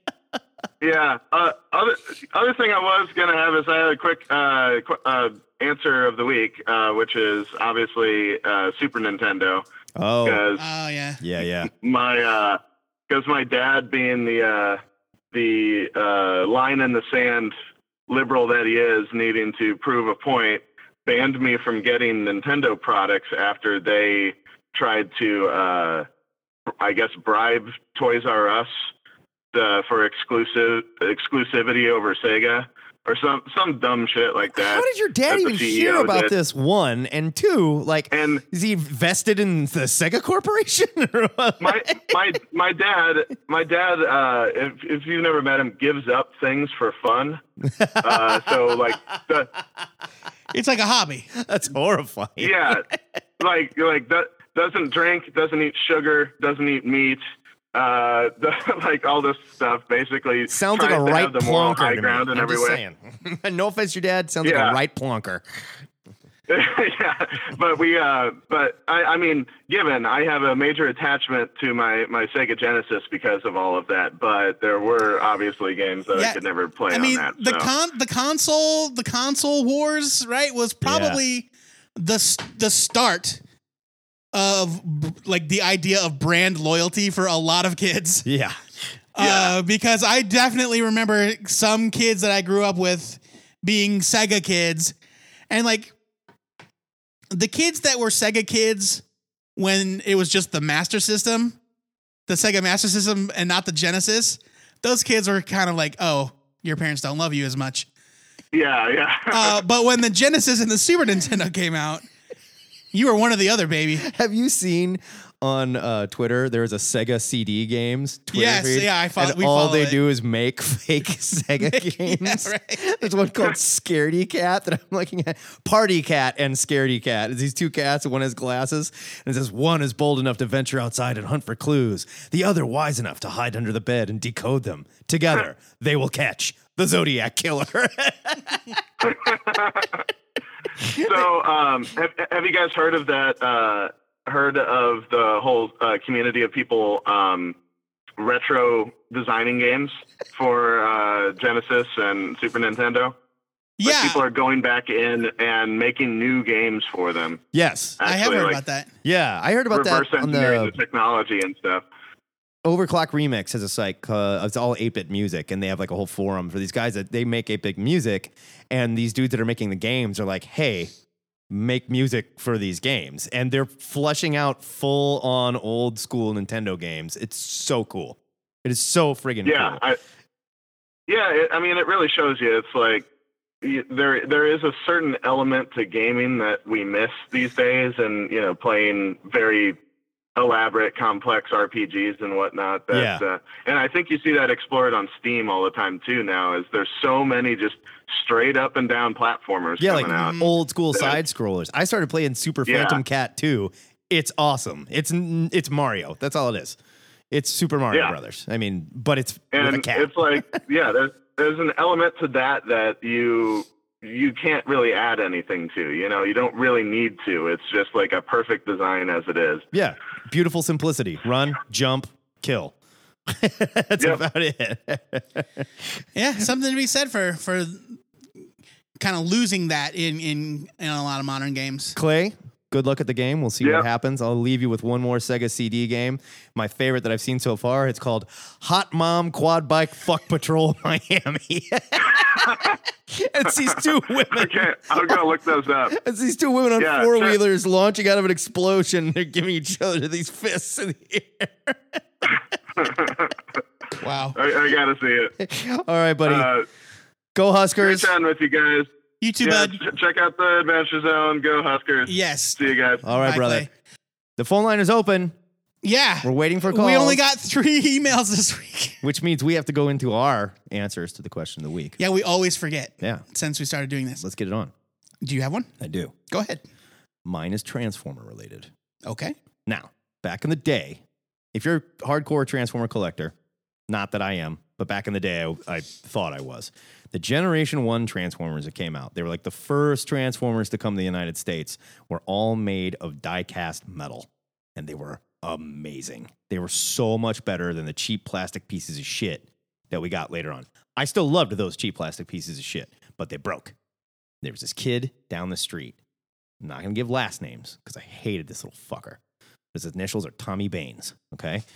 S13: yeah. Uh, other other thing I was gonna have is I had a quick uh, qu- uh, answer of the week, uh, which is obviously uh, Super Nintendo.
S3: Oh.
S4: Oh yeah.
S3: Yeah, yeah.
S13: <laughs> my because my dad being the uh, the uh, line in the sand liberal that he is, needing to prove a point, banned me from getting Nintendo products after they tried to, uh, I guess, bribe Toys R Us uh, for exclusive exclusivity over Sega or some some dumb shit like that.
S3: How did your dad
S13: that the
S3: even
S13: CEO
S3: hear about
S13: did.
S3: this? One and two, like, is he vested in the Sega Corporation? <laughs> Or what?
S13: my my my dad my dad uh if if you've never met him gives up things for fun uh so like
S3: <laughs>
S13: the,
S4: It's like a hobby.
S3: That's horrifying.
S13: yeah like like that doesn't drink doesn't eat sugar doesn't eat meat uh <laughs> like all this stuff basically
S3: Sounds like a
S13: tries to
S3: right
S13: have the moral
S3: plonker.
S13: high
S3: to me.
S13: ground in
S3: I'm
S13: every
S3: just
S13: way
S3: saying. no offense, to your dad sounds like
S13: Yeah.
S3: a right plonker.
S13: <laughs> yeah, but we, uh, but I, I mean, given I have a major attachment to my my Sega Genesis because of all of that, but there were obviously games that
S4: Yeah,
S13: I could never play
S4: I mean,
S13: on that.
S4: the
S13: so.
S4: con the console the console wars right was probably the s- the start of b- like the idea of brand loyalty for a lot of kids.
S3: Yeah.
S4: Uh, because I definitely remember some kids that I grew up with being Sega kids, and like the kids that were Sega kids when it was just the Master System, the Sega Master System, and not the Genesis. Those kids were kind of like, oh, your parents don't love you as much.
S13: yeah, yeah.
S4: Uh, but when the Genesis and the Super Nintendo
S3: <laughs>
S4: came out, you were one of the other, baby.
S3: Have you seen on uh, Twitter? There is a Sega CD games. Twitter
S4: Yes,
S3: feed,
S4: yeah, I fo-
S3: and
S4: we
S3: all
S4: follow
S3: they
S4: it.
S3: do is make <laughs> fake
S4: <laughs>
S3: Sega games. There's one called Scaredy Cat that I'm looking at. Party Cat and Scaredy Cat. It's these two cats. and One has glasses, and it says one is bold enough to venture outside and hunt for clues. The other wise enough to hide under the bed and decode them. Together, they will catch the Zodiac Killer. <laughs>
S13: so, um, have, have you guys heard of that? Uh, heard of the whole uh, community of people um, retro designing games for uh, Genesis and Super Nintendo?
S4: Yeah,
S13: people are going back in and making new games for them.
S3: yes,
S13: I have Actually, heard like, about
S4: that.
S3: Yeah, I heard about
S13: reverse
S3: that on
S13: engineering
S3: the
S13: the technology and stuff.
S3: Overclock Remix has a site. Uh, it's all 8-bit music, and they have like a whole forum for these guys that they make 8-bit music, and these dudes that are making the games are like, hey, make music for these games, and they're flushing out full on old school Nintendo games. It's so cool. It is so friggin'
S13: yeah,
S3: cool.
S13: I, yeah. It, I mean, it really shows you. It's like y- there there is a certain element to gaming that we miss these days, and you know, playing very elaborate, complex RPGs and whatnot. That,
S14: Yeah.
S13: uh, and I think you see that explored on Steam all the time too. Now, is there's so many just straight up and down platformers.
S3: Yeah,
S13: coming
S3: like
S13: out.
S3: old school side scrollers. I started playing Super
S13: Yeah.
S3: Phantom Cat 2. It's awesome. It's n- it's Mario. That's all it is. It's Super Mario
S13: Yeah.
S3: Brothers. I mean, but it's with a
S13: and
S3: cat. <laughs>
S13: it's like yeah there's there's an element to that that you you can't really add anything to you know you don't really need to it's just like a perfect design as it is
S3: Yeah. Beautiful simplicity. Run, jump, kill. That's about it.
S4: Yeah, something to be said for for kind of losing that in in in a lot of modern games.
S3: Clay, good luck at the game. We'll see what happens. I'll leave you with one more Sega CD game. My favorite that I've seen so far. It's called Hot Mom Quad Bike Fuck Patrol <laughs> Miami. <laughs> it's these
S11: <laughs>
S3: two women.
S13: okay i'm gonna look those up
S3: <laughs> It's these two women on
S13: Yeah,
S3: four wheelers launching out of an explosion. They're giving each other these fists in the air.
S13: <laughs>
S4: wow
S13: i, I gotta see it
S3: <laughs> All right, buddy.
S13: Uh,
S3: Go Huskers.
S13: great chatting with you guys
S4: you too
S13: yeah, ch- check out the adventure zone go huskers
S4: yes
S13: see you guys
S3: All right, brother. The phone line is open.
S4: Yeah.
S3: We're waiting for calls.
S4: We only got three <laughs> emails this week.
S3: Which means we have to go into our answers to the question of the week.
S4: Yeah, we always forget
S3: Yeah.
S4: since we started doing this.
S3: Let's get it on.
S4: Do you have one?
S3: I do.
S4: Go ahead.
S3: Mine is Transformer related.
S4: Okay.
S3: Now, back in the day, if you're a hardcore Transformer collector, not that I am, but back in the day, I, I thought I was. The Generation 1 Transformers that came out, they were like the first Transformers to come to the United States, were all made of die cast metal. And they were amazing. They were so much better than the cheap plastic pieces of shit that we got later on. I still loved those cheap plastic pieces of shit, but they broke. There was this kid down the street. I'm not going to give last names because I hated this little fucker. His initials are Tommy Baines, okay? <laughs>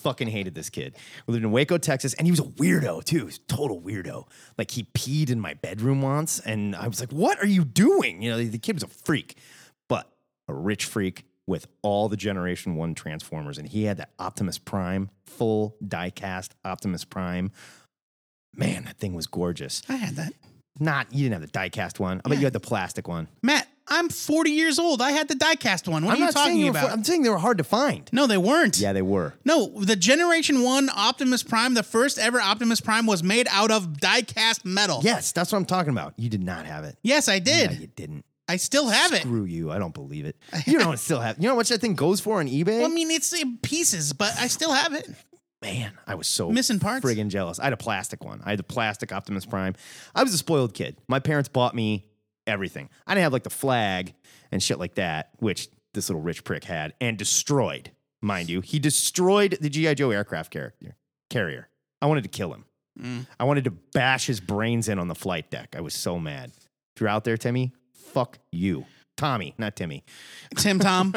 S3: fucking hated this kid. We lived in Waco, Texas, and he was a weirdo too. He was a total weirdo. Like he peed in my bedroom once, and I was like, "What are you doing?" You know, the- the kid was a freak, but a rich freak with all the Generation One Transformers, and he had that Optimus Prime full diecast Optimus Prime. Man, that thing was gorgeous.
S4: I had that.
S3: Not you didn't have the diecast one. I bet you had the plastic one.
S4: Matt, I'm 40 years old. I had the diecast one. What
S3: I'm
S4: are you
S3: not saying
S4: talking
S3: they were
S4: about?
S3: for- I'm saying they were hard to find.
S4: No, they weren't.
S3: Yeah, they were.
S4: No, the Generation 1 Optimus Prime, the first ever Optimus Prime was made out of die-cast metal.
S3: Yes, that's what I'm talking about. You did not have it.
S4: Yes, Oh. I did.
S3: No, you didn't.
S4: I still have it.
S3: Screw you. I don't believe it.
S4: <laughs>
S3: You don't still have. You know what that thing goes for on eBay?
S4: Well, I mean, it's in pieces, but I still have it.
S3: Man, I was so
S4: Missing parts.
S3: Friggin' jealous. I had a plastic one. I had the plastic Optimus Prime. I was a spoiled kid. My parents bought me everything. I didn't have like the flag and shit like that, which this little rich prick had and destroyed, mind you. He destroyed the GI Joe aircraft character carrier. I wanted to kill him.
S4: Mm.
S3: I wanted to bash his brains in on the flight deck. I was so mad. If you're out there, Timmy, fuck you, Tommy, not Timmy. <laughs>
S4: Tim Tom.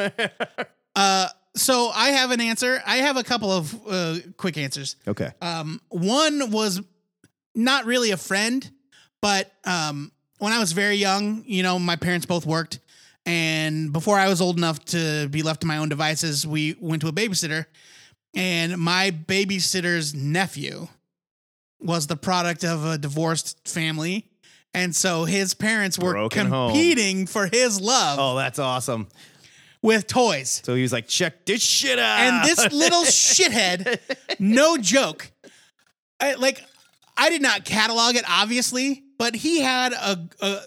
S4: uh, so I have an answer. I have a couple of uh, quick answers.
S3: Okay.
S4: Um, one was not really a friend, but um, when I was very young, you know, my parents both worked. And before I was old enough to be left to my own devices, we went to a babysitter. And my babysitter's nephew was the product of a divorced family. And so his parents were
S3: Broken home.
S4: competing for his love
S3: Oh, that's awesome.
S4: with toys.
S3: So he was like, check this shit out.
S4: And this little
S3: <laughs>
S4: shithead, no joke, I, like I did not catalog it obviously, but he had a, a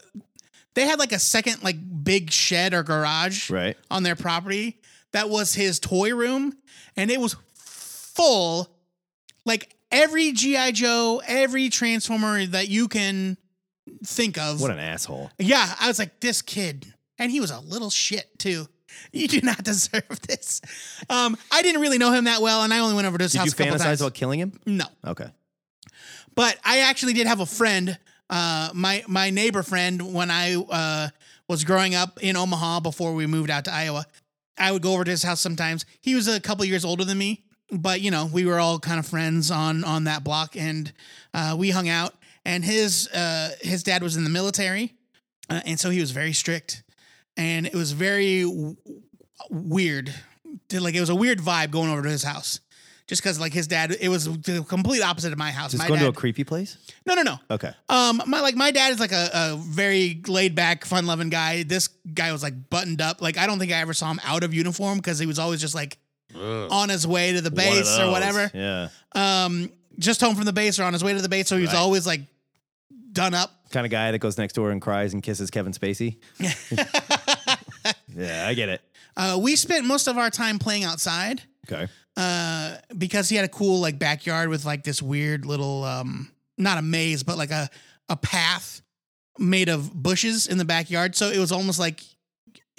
S4: they had like a second like big shed or garage
S3: Right.
S4: on their property that was his toy room and it was full like every GI Joe, every Transformer that you can think of.
S3: What an asshole.
S4: Yeah, I was like, this kid, and he was a little shit too. You do not <laughs> deserve this. Um, I didn't really know him that well, and I only went over to his
S3: Did
S4: house
S3: you
S4: a couple
S3: fantasize
S4: times.
S3: about killing him?
S4: no,
S3: Okay.
S4: but I actually did have a friend, uh, my my neighbor friend, when I uh, was growing up in Omaha before we moved out to Iowa. I would go over to his house sometimes. He was a couple years older than me, but you know we were all kind of friends on on that block, and uh, we hung out. And his uh, his dad was in the military, uh, and so he was very strict, and it was very w- weird. Did- Like it was a weird vibe going over to his house, just because like his dad, it was the complete opposite of my house.
S3: Just
S4: my
S3: going
S4: dad,
S3: to a creepy place?
S4: no, no, no.
S3: Okay.
S4: Um, my like my dad is like a, a very laid back, fun loving guy. This guy was like buttoned up. Like I don't think I ever saw him out of uniform because he was always just like on his way to the
S3: One of
S4: base or
S3: those.
S4: whatever.
S3: Yeah.
S4: Um, just home from the base or on his way to the base, so he was
S3: Right.
S4: always like done up.
S3: Kind of guy that goes next door and cries and kisses Kevin
S4: <laughs>
S3: Spacey. yeah, I get it.
S4: Uh, we spent most of our time playing outside.
S3: Okay.
S4: Uh, because he had a cool like backyard with like this weird little um not a maze but like a a path made of bushes in the backyard so it was almost like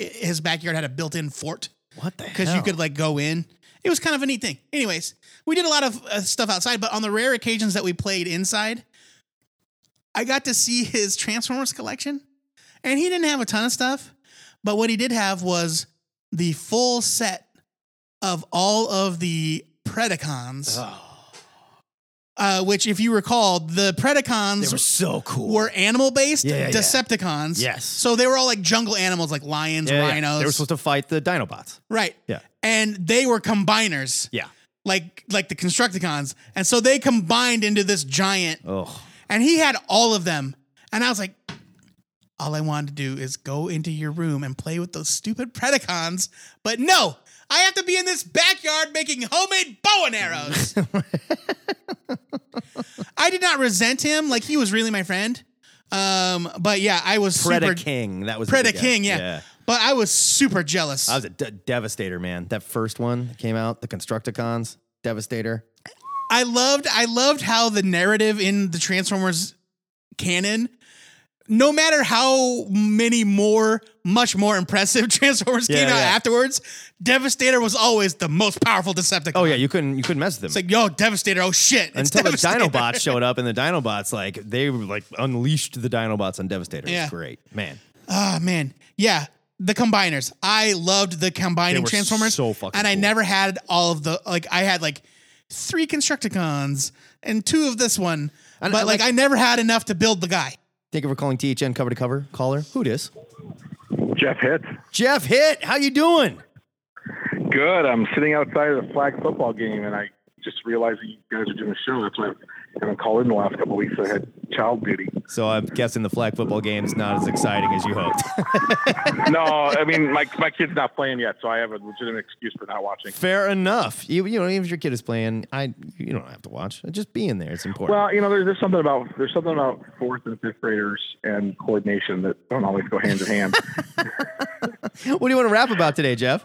S4: i- his backyard had a built-in fort
S3: what the
S4: because you
S3: hell?
S4: could like go in it was kind of a neat thing anyways we did a lot of uh, stuff outside but on the rare occasions that we played inside i got to see his transformers collection and he didn't have a ton of stuff but what he did have was the full set of all of the Predacons. Uh, which, if you recall, the Predacons
S3: They were so cool.
S4: were animal based
S3: Yeah, yeah, yeah.
S4: Decepticons.
S3: Yes.
S4: So they were all like jungle animals, like lions,
S3: Yeah, yeah.
S4: rhinos.
S3: They were supposed to fight the Dinobots.
S4: right.
S3: Yeah.
S4: And they were combiners.
S3: Yeah.
S4: Like like the Constructicons. And so they combined into this giant
S3: Oh.
S4: and he had all of them. And I was like, all I wanted to do is go into your room and play with those stupid Predacons. But no, I have to be in this backyard making homemade bow
S3: <laughs>
S4: and arrows. I did not resent him. Like, he was really my friend. Um, but yeah, I was
S3: Preda
S4: super.
S3: King. That was the
S4: Preda
S3: big guy.
S4: King, yeah. But I was super jealous.
S3: I was a de- devastator, man. That first one that came out, the Constructicons, Devastator.
S4: I loved I loved how the narrative in the Transformers canon no matter how many more much more impressive <laughs> Transformers
S3: Yeah,
S4: came out
S3: yeah.
S4: afterwards, Devastator was always the most powerful Decepticon.
S3: Oh yeah, you couldn't you couldn't mess with them.
S4: It's like, yo, Devastator, oh shit. It's
S3: until the
S4: Devastator. <laughs>
S3: Dinobots showed up, and the Dinobots like they like unleashed the Dinobots on Devastator.
S4: Yeah.
S3: It's great, man.
S4: Oh man. Yeah. The combiners. I loved the combining
S3: They were
S4: Transformers.
S3: so fucking
S4: and I never had all of the like I had like three Constructicons and two of this one.
S3: And
S4: but
S3: I
S4: like,
S3: like-
S4: I never had enough to build the guy.
S3: Thank you for calling THN cover to cover caller. Who dis?
S14: Jeff Hitt.
S3: Jeff Hitt, how you doing?
S14: Good. I'm sitting outside of the flag football game, and I just realized that you guys are doing a show. That's why I haven't called in the last
S11: <laughs>
S14: couple of weeks. I had child duty.
S3: So I'm guessing the flag football game's not as exciting as you hoped. <laughs>
S14: no, I mean my my kid's not playing yet, so I have a legitimate excuse for not watching.
S3: Fair enough. You, you know, even if your kid is playing, I you don't have to watch. Just be in there. It's important.
S14: Well, you know, there's, there's something about there's something about fourth and fifth graders and coordination that don't always go hand in hand.
S3: what do you want to rap about today, Jeff?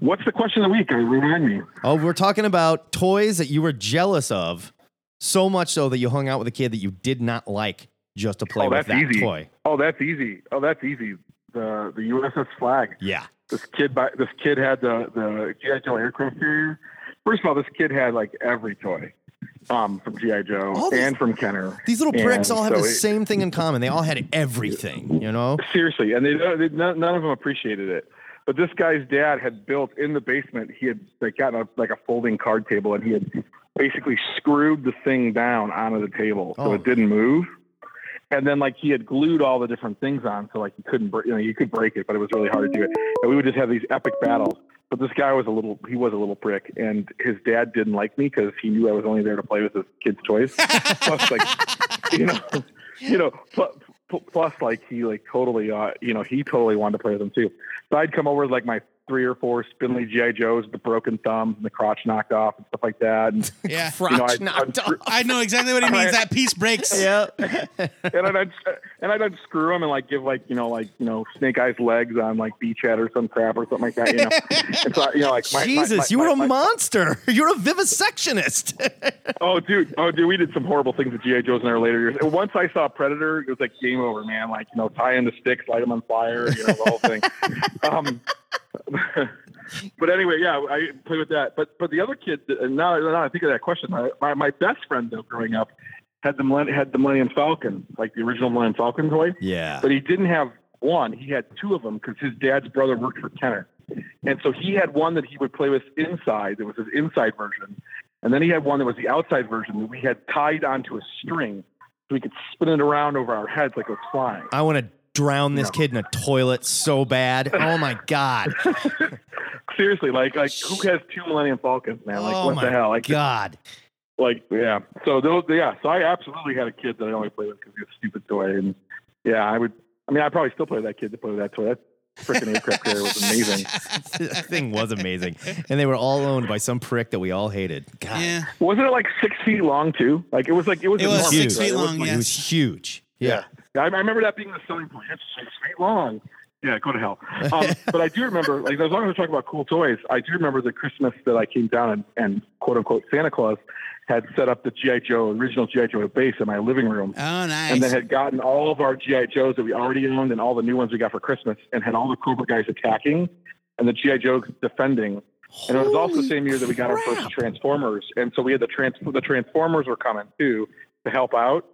S14: What's the question of the week? Remind me.
S3: Oh, we're talking about toys that you were jealous of, so much so that you hung out with a kid that you did not like just to <laughs> play
S14: oh,
S3: with
S14: that's
S3: that
S14: easy.
S3: toy.
S14: Oh, that's easy. Oh, that's easy. The the USS flag.
S3: Yeah.
S14: This kid by this kid had the the GI Joe aircraft carrier. First of all, this kid had like every toy, um, from GI Joe
S3: All these-
S14: and from Kenner.
S3: These little pricks
S14: And
S3: all have
S14: so
S3: the
S14: it-
S3: same thing in common. They all had everything, you know?
S14: Seriously, and they, uh, they none, none of them appreciated it. But this guy's dad had built in the basement. He had like gotten a, like a folding card table, and he had basically screwed the thing down onto the table so
S3: Oh.
S14: it didn't move. And then like he had glued all the different things on, so like you couldn't break, you know, you could break it, but it was really hard to do it. And we would just have these epic battles. But this guy was a little, he was a little prick, and his dad didn't like me because he knew I was only there to play with his kid's toys.
S3: <laughs>
S14: <laughs> Plus, like you know, you know, pl- pl- plus like he like totally, uh, you know, he totally wanted to play with them too. So I'd come over with like my three or four spindly GI Joes, with the broken thumbs, and the crotch knocked off, and stuff like
S4: <laughs>
S14: that. And,
S4: Yeah.
S14: You know, I'd- knocked I'd- off.
S4: I know exactly what he
S14: <laughs>
S4: means. That
S3: <laughs>
S4: piece breaks.
S3: Yeah.
S14: and I'd, I'd and I'd unscrew him and like give like you know like you know Snake Eyes legs on like beach head or some crap or something like that. You
S4: <laughs>
S14: know, and so, you know like my- my-
S3: Jesus,
S14: my-
S3: you
S14: my-
S3: were a
S14: my-
S3: monster. <laughs> You're a vivisectionist.
S14: Oh, dude. Oh, dude. We did some horrible things with GI Joes in our later years. And once I saw Predator, it was like game over, man. Like you know, tie in the sticks, light them on fire, you know, the whole thing. um, <laughs> but anyway, yeah, I played with that. But but the other kid, uh, now, now I think of that question, my, my my best friend though, growing up, had the millenn- had the Millennium Falcon, like the original Millennium Falcon toy.
S3: yeah.
S14: But he didn't have one. He had two of them because his dad's brother worked for Kenner. And so he had one that he would play with inside. It was his inside version. And then he had one that was the outside version that we had tied onto a string so we could spin it around over our heads like it was flying.
S3: I want to drown this kid in a toilet so
S14: <laughs>
S3: bad. Oh my God. <laughs>
S14: Seriously, like like who has two Millennium Falcons, man? Like
S3: Oh
S14: what
S3: my
S14: the hell? Like
S3: God.
S14: Like yeah. So those yeah. So I absolutely had a kid that I only played with because he was a stupid toy. And yeah, I would. I mean, I probably still play with that kid to play with that toy. That freaking aircraft carrier was amazing.
S3: that thing was amazing. And they were all owned by some prick that we all hated. God.
S14: Wasn't it like six feet long too? Like it was like it was.
S3: It was
S14: enormous,
S3: six
S14: right?
S3: feet
S14: It was,
S3: long,
S14: like-
S3: yes. It was huge. Yeah.
S14: Yeah, I I remember that being the selling point. It's six feet long. Yeah, go to hell.
S3: <laughs>
S14: Um, but I do remember, like, as long as we're talking about cool toys, I do remember the Christmas that I came down and, and quote unquote Santa Claus had set up the GI Joe original GI Joe base in my living room.
S4: Oh, nice.
S14: And then had gotten all of our GI Joes that we already owned and all the new ones we got for Christmas, and had all the Cobra guys attacking and the GI Joes defending. And it was also the same year that we got our first Transformers, and so we had the trans the Transformers were coming too to help out,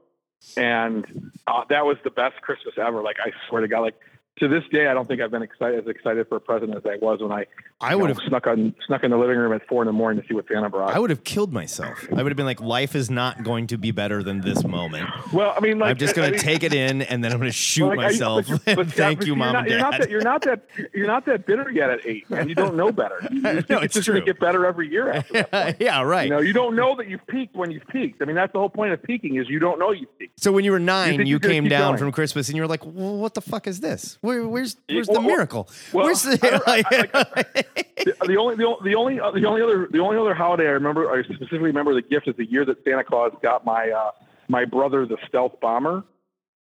S14: and uh, that was the best Christmas ever. Like I swear to God, like to this day, I don't think I've been excited as excited for a present as I was when I
S3: I
S14: you know,
S3: would have
S14: snuck on snuck in the living room at four in the morning to see what Santa brought.
S3: I would have killed myself. I would have been like, life is not going to be better than this moment.
S14: Well, I mean, like
S3: I'm just
S14: I- I
S3: gonna
S14: mean-
S3: take it in, and then I'm gonna shoot
S14: Like, I-
S3: myself.
S14: but you're- but
S3: <laughs> Thank
S14: but
S3: you,
S14: you're
S3: mom
S14: not,
S3: and
S14: You're not,
S3: dad.
S14: that, you're not that you're not that bitter yet at eight, and you don't
S3: <laughs>
S14: know better. You just
S3: No,
S14: think
S3: it's
S14: just gonna
S3: true.
S14: Get better every year.
S3: <laughs>
S14: After that point.
S3: yeah, right.
S14: You know, you don't know that you've peaked when you've peaked. I mean, that's the whole point of peaking is you don't know you've peaked.
S3: So when you were
S14: You
S3: nine, you,
S14: think you're gonna
S3: came
S14: keep
S3: down
S14: going.
S3: from Christmas, and you were like, well, "What the fuck is this? Where, where's
S14: Yeah,
S3: where's
S14: well,
S3: the
S14: well,
S3: miracle?
S14: well,
S3: where's the?"
S4: <laughs>
S14: The, the only the, only- the only uh, the only other the only other holiday I remember I specifically remember the gift is the year that Santa Claus got
S4: Oh,
S14: my uh, my brother the stealth bomber,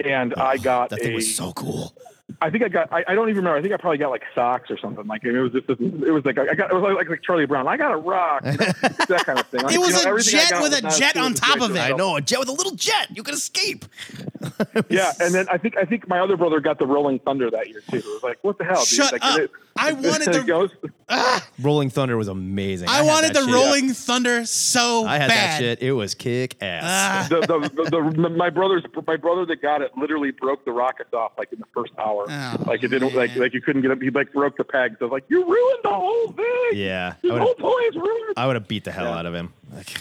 S14: and I got
S3: that thing
S14: a
S3: was so cool.
S14: I think I got. I, I don't even remember. I think I probably got like socks or something. Like it was just. This, it was like I got. It was like, like Charlie Brown. I got a rock.
S4: <laughs>
S14: You know, that kind of thing. Like,
S4: It was
S14: you
S4: a
S14: know, everything I
S4: jet
S14: got
S4: with
S14: was
S4: a
S14: not as
S4: jet
S14: cool
S4: on
S14: as
S4: top
S14: Drake
S4: of it.
S14: was.
S3: a jet with a little jet. You can escape.
S14: yeah, and then I think I think my other brother got the Rolling Thunder that year too. It was like, what the hell? dude?
S4: Shut
S14: Like,
S4: up.
S14: it-
S4: I wanted
S14: it
S4: the-
S14: goes-
S3: Rolling Thunder was amazing.
S4: I,
S3: had
S4: wanted
S3: that
S4: the
S3: shit.
S4: Rolling Thunder so
S3: I had
S4: bad. Ah.
S3: that shit. It was kick ass.
S14: the, the, the, the, my brother's my brother that got it literally broke the rockets off like in the first hour.
S4: Oh,
S14: like it didn't like like you couldn't get up. He like broke the pegs. I was like, you ruined the whole thing. <laughs>
S3: yeah,
S14: This
S3: Ah. I would
S14: whole
S3: have.
S14: toy is ruined.
S3: I would have beat the hell out of him. Like,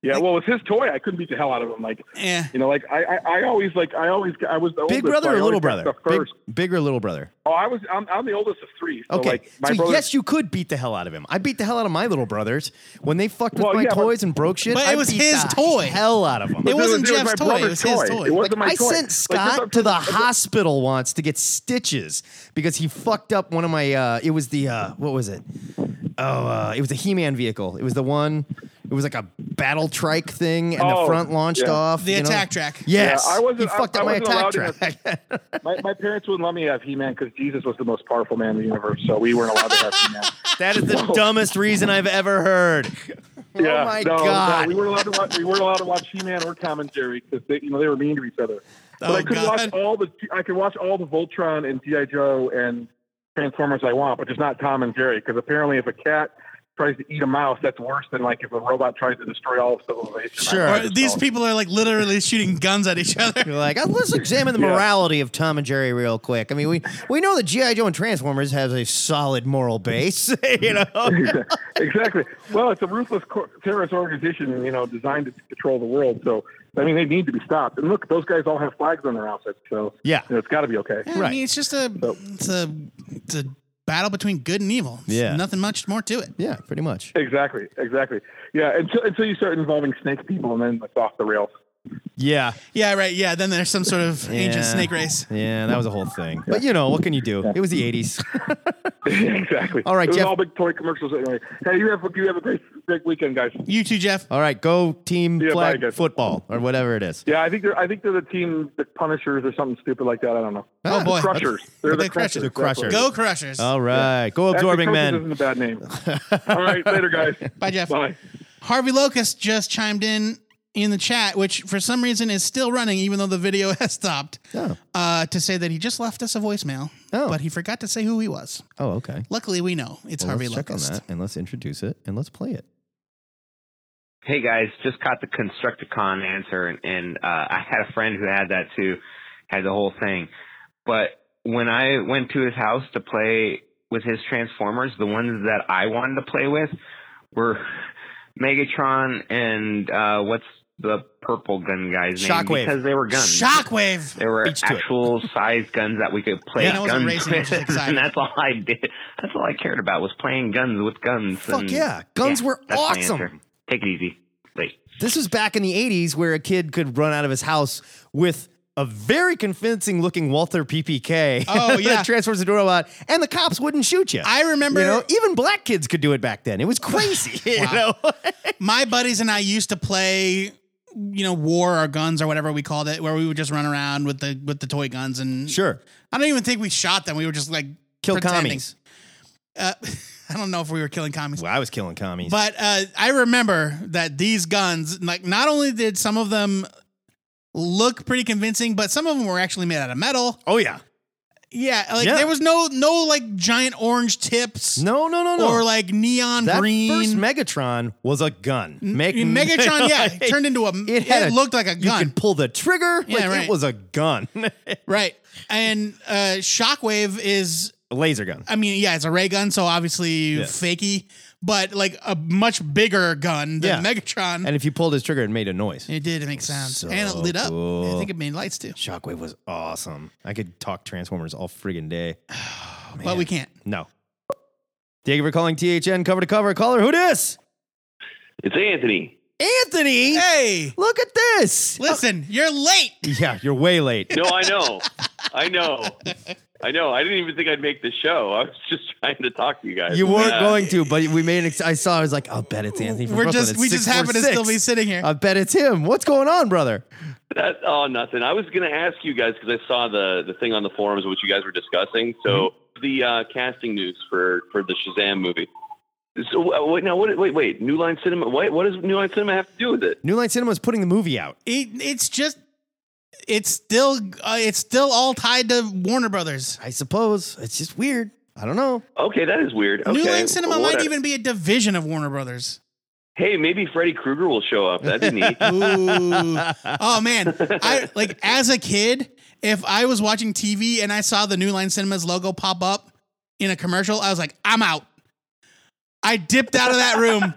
S14: Yeah, well, it's his toy. I couldn't beat the hell out of him. Like,
S4: yeah.
S14: you know, like I, I, I always like I always I was the
S3: big
S14: oldest, so
S3: brother
S14: I
S3: or
S14: always
S3: little
S14: "Oh, got
S3: brother?
S14: the
S3: Big,
S14: first.
S3: big or little brother?
S14: Oh, I was I'm, I'm the oldest of three. So
S3: Okay,
S14: like my
S3: so
S14: brother.
S3: yes, you could beat the hell out of him. I beat the hell out of my little brothers when they fucked with
S14: Well,
S3: my
S14: yeah, but-
S3: toys and broke shit.
S14: But it
S3: I
S14: was
S3: beat
S14: his
S3: the
S4: toy.
S3: Hell out of them.
S4: It wasn't Jeff's toy, it was his toy.
S14: It
S3: Like,
S14: wasn't my
S3: I
S14: toy.
S3: sent
S14: Like,
S3: Scott
S14: this-
S3: to the hospital once to get stitches because he fucked up one of my. Uh, it was the uh, what was it? Oh, uh, it was a He-Man vehicle. It was the one. It was like a battle trike thing, and the
S14: Oh,
S3: front launched
S14: yeah.
S3: off.
S4: The
S3: you know?
S4: attack track.
S3: Yes,
S14: Yeah, I wasn't.
S3: He fucked
S14: I,
S3: up my
S14: I wasn't
S3: attack
S14: allowed
S3: track.
S14: to have- my, my parents wouldn't let me have He-Man because Jesus was the most powerful man in the universe, so we weren't allowed to have
S4: <laughs>
S14: He-Man.
S3: That is
S14: <laughs>
S3: the dumbest reason I've ever heard.
S14: Yeah,
S3: oh my
S14: no, no,
S3: god!
S14: we weren't allowed to watch. We weren't allowed to watch He-Man or Tom and Jerry because they, you know, they were mean to each other. But
S4: Oh,
S14: I could
S4: God.
S14: watch all the. I could watch all the Voltron and GI Joe and Transformers I want, but just not Tom and Jerry because apparently, if a cat tries to eat a mouse, that's worse than like if a robot tries to destroy all of civilization. I-
S4: Or these
S14: <laughs>
S4: people are like literally shooting guns at each other.
S3: You're like, "Uh, let's examine the
S14: Yeah.
S3: morality of Tom and Jerry real quick. I mean, we we know that GI Joe and Transformers has a solid moral base, <laughs> you know.
S14: <laughs> exactly. Well, it's a ruthless cor- terrorist organization, you know, designed to control the world. So, I mean, they need to be stopped. And look, those guys all have flags on their outfits, so
S3: Yeah.
S14: you know, it's got to be okay.
S4: Yeah, I mean, it's just a it's a it's a battle between good and evil. It's
S14: Yeah.
S4: nothing much more to it.
S3: Yeah, pretty much.
S14: Exactly. Exactly. Yeah. Until until you start involving snake people, and then it's off the rails.
S3: Yeah,
S4: Yeah, right. Yeah, then there's some sort of ancient
S3: Yeah.
S4: snake race.
S3: yeah, that was a whole thing. But you know, what can you do? It was the <laughs> '80s.
S14: exactly.
S3: All right,
S14: It was
S3: Jeff.
S14: all big toy commercials anyway. Hey, you have you have a great great weekend, guys.
S4: You too, Jeff.
S3: All right, go team
S14: Yeah, bye,
S3: flag
S14: guys.
S3: football or whatever it is.
S14: Yeah, I think they're I think they're the team, the Punishers or something stupid like that. I don't know.
S3: Oh,
S14: The
S3: boy.
S14: Crushers. They're the Crushers.
S3: The
S14: That's what
S3: Crushers.
S14: it is.
S4: Crushers.
S3: All right, go
S14: Actually,
S3: absorbing
S14: Crushers
S3: men.
S14: Isn't a
S3: <laughs>
S14: bad name. All right, later, guys.
S4: Bye, Jeff.
S14: Bye.
S4: Harvey Locust just chimed in in the chat, which for some reason is still running, even though the video <laughs> has stopped,
S3: Oh.
S4: uh, to say that he just left us a voicemail, but he forgot to say who he was.
S3: Oh, okay.
S4: Luckily, we know it's
S3: Well,
S4: Harvey
S3: let's check on
S4: Locust.
S3: that and let's introduce it and let's play it.
S15: Hey guys, just caught the Constructicon answer, and, and uh, I had a friend who had that too, had the whole thing. But when I went to his house to play with his Transformers, the ones that I wanted to play with were Megatron and uh, what's the purple gun guy's
S4: Shockwave.
S15: name? Because they were
S3: <laughs>
S15: guns.
S4: Shockwave.
S15: They were
S4: Beats to it.
S15: actual size guns that we could play
S4: Yeah, and I wasn't
S15: guns
S4: racing, I was
S15: with, <laughs>
S4: just excited.
S15: and that's all I did. That's all I cared about was playing guns with guns.
S3: Fuck
S15: and-
S3: yeah. Guns were
S15: that's my
S3: awesome.
S15: answer. Take it easy. Late.
S3: This was back in the 80s where a kid could run out of his house with a very convincing looking Walther PPK. <laughs>
S4: Oh, yeah.
S3: that transforms into a robot, and the cops wouldn't shoot you.
S4: I remember-
S3: You know, even black kids could do it back then. It
S4: <sighs>
S3: was crazy. <laughs> you know?
S4: My buddies and I used to play, you know, war or guns or whatever we called it, where we would just run around with the with the toy guns and
S3: Sure.
S4: I don't even think we shot them. We were just like
S3: Kill
S4: pretending.
S3: commies.
S4: Uh, <laughs> I don't know if we were killing commies.
S3: Well, I was killing commies.
S4: But uh, I remember that these guns, like, not only did some of them look pretty convincing, but some of them were actually made out of metal.
S3: Oh yeah,
S4: yeah. Like
S3: Yeah.
S4: there was no no like giant orange tips.
S3: No, no, no, no.
S4: Or like neon
S3: that
S4: green.
S3: first Megatron was a gun. Make, <laughs>
S4: Megatron, yeah, it turned into a. It,
S3: had a-
S4: looked like a
S3: You
S4: gun.
S3: could pull the trigger.
S4: Yeah,
S3: like,
S4: right.
S3: It was a gun. <laughs>
S4: right. And uh, Shockwave is
S3: a laser gun.
S4: I mean, yeah, it's a ray gun, so obviously
S3: Yeah.
S4: fakey, but like a much bigger gun than
S3: Yeah.
S4: Megatron.
S3: And if you pulled his trigger, it made a noise.
S4: it did. It makes sounds
S3: So
S4: and it lit up. I
S3: cool.
S4: think it made lights too.
S3: Shockwave was awesome. I could talk Transformers all friggin' day.
S4: <sighs> Oh, But we can't.
S3: No. Thank you for calling THN cover to cover. Caller, who dis?
S16: It's Anthony.
S3: Anthony.
S4: Hey.
S3: Look at this.
S4: Listen, you're late.
S3: Yeah, you're way late.
S16: No, I know. I know. I know. I didn't even think I'd make the show. I was just trying to talk to you guys.
S3: You weren't
S16: Yeah.
S3: going to, but we made. An ex- I saw. I was like, I'll bet it's Anthony. From
S4: We're
S3: Brooklyn.
S4: just
S3: It's
S4: we just
S3: 646.
S4: happen to still be sitting here.
S3: I bet it's him. What's going on, brother?
S16: That oh nothing. I was going to ask you guys because I saw the the thing on the forums which you guys were discussing. So
S4: Mm-hmm.
S16: the uh, casting news for for the Shazam movie. So uh, wait, now what? Wait, wait. New Line Cinema. What, what does New Line Cinema have to do with it?
S3: New Line Cinema is putting the movie out.
S4: It, it's just, it's still, uh, it's still all tied to Warner Brothers.
S3: I suppose it's just weird. I don't know.
S16: Okay, that is weird.
S4: New
S16: Okay,
S4: Line Cinema might
S16: whatever.
S4: even be a division of Warner Brothers.
S16: Hey, maybe Freddy Krueger will show up. That'd be neat.
S4: <laughs> Ooh. Oh man, I like as a kid, if I was watching TV and I saw the New Line Cinema's logo pop up in a commercial, I was like, I'm out. I dipped out of that room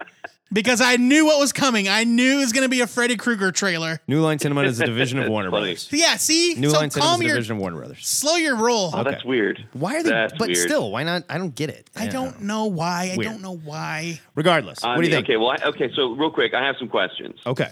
S4: because I knew what was coming. I knew it was going to be a Freddy Krueger trailer.
S3: New Line Cinema is a division
S16: <laughs>
S3: of Warner Brothers.
S4: Yeah, see?
S3: New
S4: so
S3: Line Cinema is
S4: calm
S3: a
S4: your,
S3: division of Warner Brothers.
S4: slow your roll.
S16: Oh, that's weird.
S3: Why are they?
S16: That's
S3: but
S16: weird.
S3: still, why not? I don't get it.
S4: I
S3: Yeah.
S4: don't know why. I
S3: Weird.
S4: don't know why.
S3: Regardless,
S16: I
S3: what do you
S16: mean,
S3: think?
S16: Okay, well, I, okay. So real quick, I have some questions.
S3: Okay.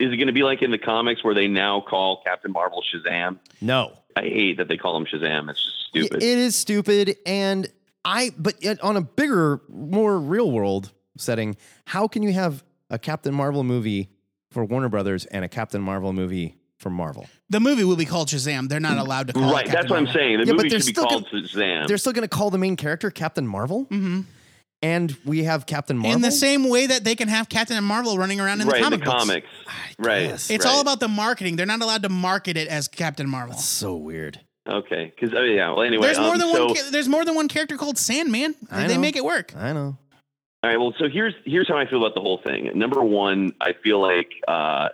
S16: Is it going to be like in the comics where they now call Captain Marvel Shazam?
S3: No.
S16: I hate that they call him Shazam. It's just
S3: Y-
S16: stupid.
S3: It is stupid, and I. But yet on a bigger, more real world setting, how can you have a Captain Marvel movie for Warner Brothers and a Captain Marvel movie for Marvel?
S4: The movie will be called Shazam. They're not allowed to call it
S16: right. That's
S4: Captain
S16: what I'm
S4: Marvel.
S16: saying. The
S3: Yeah, but
S16: movie
S3: they're
S16: should be
S3: still
S16: called Shazam.
S3: They're still going to call the main character Captain Marvel,
S4: mm-hmm.
S3: and we have Captain Marvel.
S4: In the same way that they can have Captain Marvel running around in
S16: right
S4: the comic
S16: the
S4: books.
S16: comics. Right.
S4: It's all about the marketing. They're not allowed to market it as Captain Marvel.
S3: so weird.
S16: Okay. Because oh, yeah. Well, anyway.
S4: there's more
S16: um,
S4: than
S16: so,
S4: one. Ca- there's more than one character called Sandman.
S16: I
S4: they
S16: know.
S4: make it work.
S3: I know.
S16: All right. Well, so here's here's how I feel about the whole thing. Number one, I feel like uh,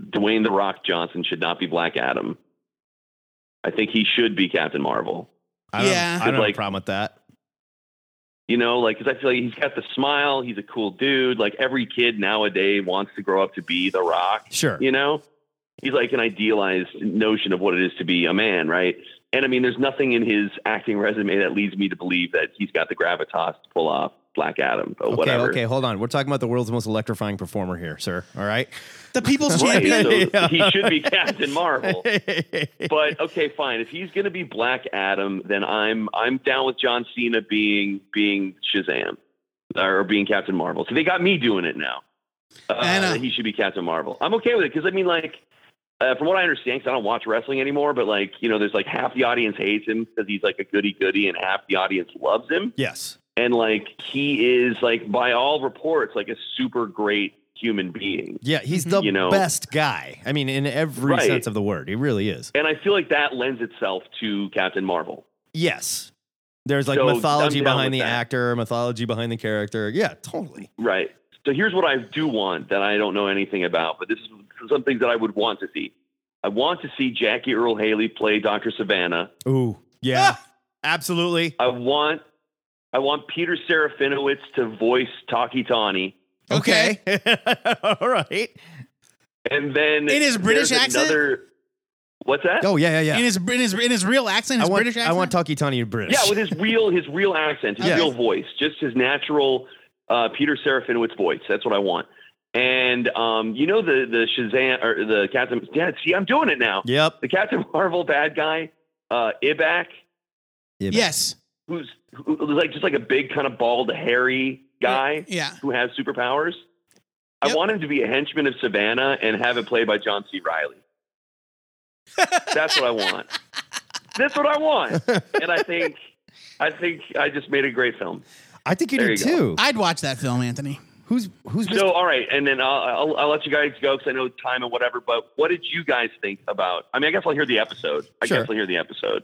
S16: Dwayne the Rock Johnson should not be Black Adam. I think he should be Captain Marvel.
S3: I don't,
S4: Yeah.
S3: I don't have a
S16: Like-
S3: problem with that.
S16: You know, like 'cause I feel like he's got the smile. He's a cool dude. Like every kid nowadays wants to grow up to be The Rock.
S3: Sure.
S16: You know, he's like an idealized notion of what it is to be a man, right? And I mean, there's nothing in his acting resume that leads me to believe that he's got the gravitas to pull off Black Adam. But
S3: Okay,
S16: whatever.
S3: okay, hold on. We're talking about the world's most electrifying performer here, sir. All right.
S4: The People's
S16: Right,
S3: <laughs>
S4: Champion.
S16: so he should be Captain Marvel. But okay, fine. If he's going to be Black Adam, then I'm I'm down with John Cena being being Shazam or being Captain Marvel. So they got me doing it now.
S4: I know.
S16: Uh, he should be Captain Marvel. I'm okay with it because I mean, like, uh, from what I understand, 'cause I don't watch wrestling anymore, but like, you know, there's like half the audience hates him because he's like a goody goody, and half the audience loves him
S3: Yes.
S16: and like he is like by all reports like a super great human being
S3: Yeah, he's the
S16: You know.
S3: best guy. I mean, in every
S16: Right.
S3: sense of the word, he really is.
S16: and i feel like that lends itself to captain marvel
S3: Yes. There's like
S16: So,
S3: mythology
S16: I'm down
S3: behind
S16: with
S3: the
S16: that.
S3: actor, mythology behind the character. Yeah, totally.
S16: right so here's what i do want that i don't know anything about but this is some things that i would want to see i want to see jackie earl haley play dr savannah
S3: Ooh, yeah. Absolutely.
S16: i want i want peter serafinowicz to voice taki tani
S4: Okay.
S3: <laughs> All right.
S16: and then
S4: In his British
S16: there's
S4: accent?
S16: Another, what's that
S3: Oh, yeah, yeah,
S4: In
S3: yeah.
S4: his in <laughs> his in his real accent,
S3: I
S4: his
S3: want,
S4: British
S3: I
S4: accent.
S3: want Talkie Tony British.
S16: Yeah, with his real his real accent, his
S3: Yeah.
S16: real voice, just his natural uh, Peter Serafinowicz voice. That's what I want. And um, you know the the Shazam or the Captain. Yeah, see, I'm doing it now.
S3: Yep.
S16: The Captain Marvel bad guy, uh, Ibak,
S4: yes.
S16: who's who, who's like just like a big kind of bald, hairy guy
S4: Yeah.
S16: who has superpowers. I want him to be a henchman of Savannah and have it played by John C.
S4: <laughs>
S16: Riley. That's what I want. That's what I want. And I think I think I just made a great film.
S3: I think you do
S16: There you go.
S3: too.
S4: I'd watch that film, Anthony.
S3: Who's who's
S16: So, all right, and then I'll, I'll, I'll let you guys go because I know time and whatever. But what did you guys think about? I mean, I guess I'll hear the episode. I
S3: Sure.
S16: guess I'll hear the episode.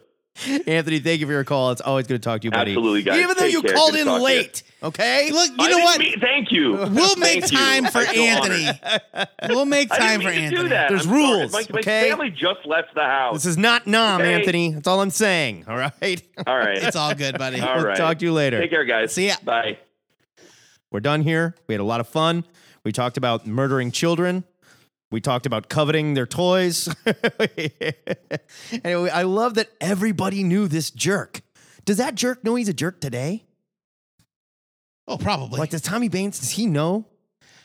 S3: Anthony, thank you for your call. It's always good to talk to you, buddy.
S16: Absolutely, guys.
S3: Even though
S16: Take
S3: you
S16: care.
S3: called
S16: Good to
S3: in
S16: talk to you.
S3: late. Okay.
S4: Look, you
S16: I
S4: know
S16: didn't
S4: what?
S16: mean- thank you.
S4: We'll make
S16: Thank you.
S4: time for
S16: I feel
S4: Anthony.
S16: honored.
S4: We'll make
S16: I didn't
S4: time for
S16: mean to
S4: Anthony.
S16: Do that.
S3: There's
S16: I'm sorry.
S3: rules,
S16: My, my
S3: okay?
S16: family just left the house.
S3: This is not nom,
S16: Okay.
S3: Anthony. That's all I'm saying. All right.
S16: all right.
S4: <laughs> It's all good, buddy.
S16: All
S3: We'll
S16: right.
S3: talk to you later.
S16: Take care, guys.
S4: See ya.
S16: Bye.
S3: We're done here. We had a lot of fun. We talked about murdering children. We talked about coveting their toys. <laughs> anyway, I love that everybody knew this jerk. Does that jerk know he's a jerk today?
S4: Oh, probably.
S3: Like, does Tommy Baines, does he know?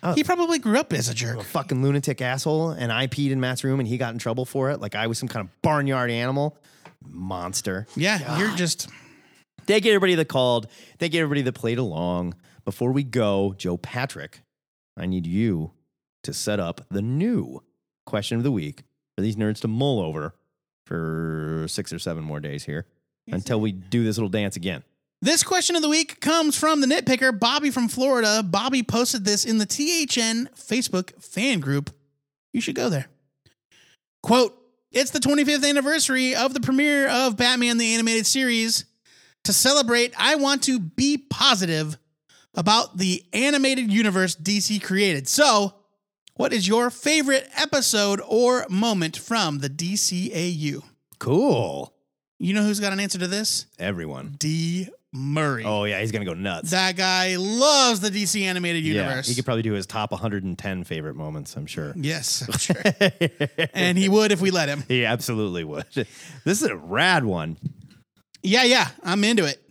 S3: Oh,
S4: he probably grew up as a jerk.
S3: a fucking lunatic asshole, and I peed in Matt's room and he got in trouble for it. Like I was some kind of barnyard animal. Monster.
S4: Yeah, you're just
S3: Thank you, everybody that called. Thank you, everybody that played along. Before we go, Joe Patrick, I need you to set up the new question of the week for these nerds to mull over for six or seven more days here until we do this little dance again.
S4: This question of the week comes from the nitpicker Bobby from Florida. Bobby posted this in the THN Facebook fan group. You should go there. Quote It's the 25th anniversary of the premiere of Batman the Animated Series. To celebrate, I want to be positive about the animated universe DC created. So, what is your favorite episode or moment from the DCAU?
S3: Cool.
S4: You know who's got an answer to this?
S3: Everyone.
S4: D. Murray.
S3: Oh, yeah. He's going to go nuts.
S4: That guy loves the DC animated universe.
S3: Yeah, he could probably do his top 110 favorite moments, I'm sure.
S4: Yes,
S3: <laughs>
S4: I'm sure. and he would if we let him.
S3: He absolutely would. This is a rad one.
S4: Yeah, yeah, I'm into it.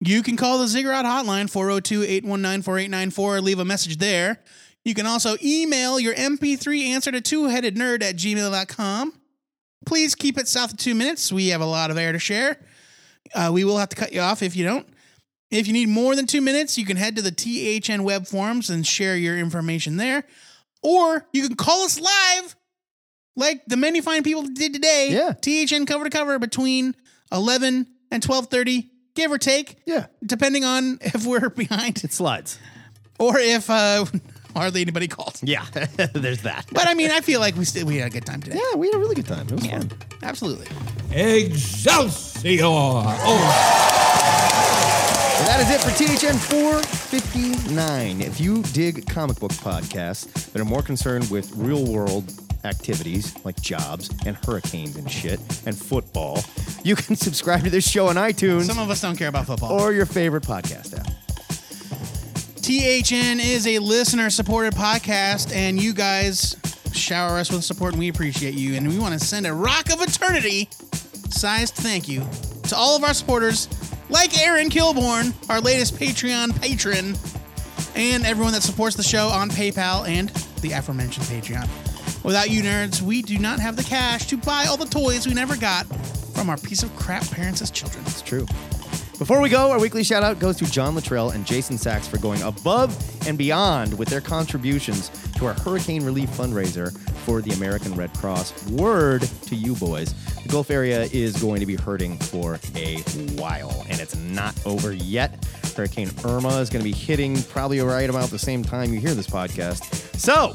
S4: You can call the Ziggurat hotline 402 819 4894 leave a message there. You can also email your MP3 answer to two-headed nerd at gmail.com. Please keep it south of two minutes. We have a lot of air to share. Uh, we will have to cut you off if you don't. If you need more than two minutes, you can head to the THN web forums and share your information there. Or you can call us live, like the many fine people did today. Yeah. THN cover to cover between 11 and 12.30, give or take.
S3: Yeah.
S4: Depending on <laughs> if we're behind.
S3: It slides.
S4: Or if uh, <laughs> hardly anybody calls.
S3: Yeah, <laughs> there's that.
S4: But I mean, I feel like we still we had a good time today.
S3: Yeah, we had a really good time. It was fun.
S4: Absolutely.
S17: Excelsior! Oh.
S3: Well, that is it for THN 459. If you dig comic book podcasts that are more concerned with real world activities like jobs and hurricanes and shit and football, you can <laughs> subscribe to this show on iTunes
S4: Some of us don't care about football.
S3: or your favorite podcast app.
S4: THN is a listener supported podcast, and you guys shower us with support, and we appreciate you. And we want to send a rock of eternity sized thank you to all of our supporters, like Aaron Kilborn, our latest Patreon patron, and everyone that supports the show on PayPal and the aforementioned Patreon. Without you nerds, we do not have the cash to buy all the toys we never got from our piece of crap parents as children. It's
S3: true. Before we go, our weekly shout out goes to John Luttrell and Jason Sachs for going above and beyond with their contributions to our hurricane relief fundraiser for the American Red Cross. Word to you boys. The Gulf area is going to be hurting for a while, and it's not over yet. Hurricane Irma is going to be hitting probably right about the same time you hear this podcast. So,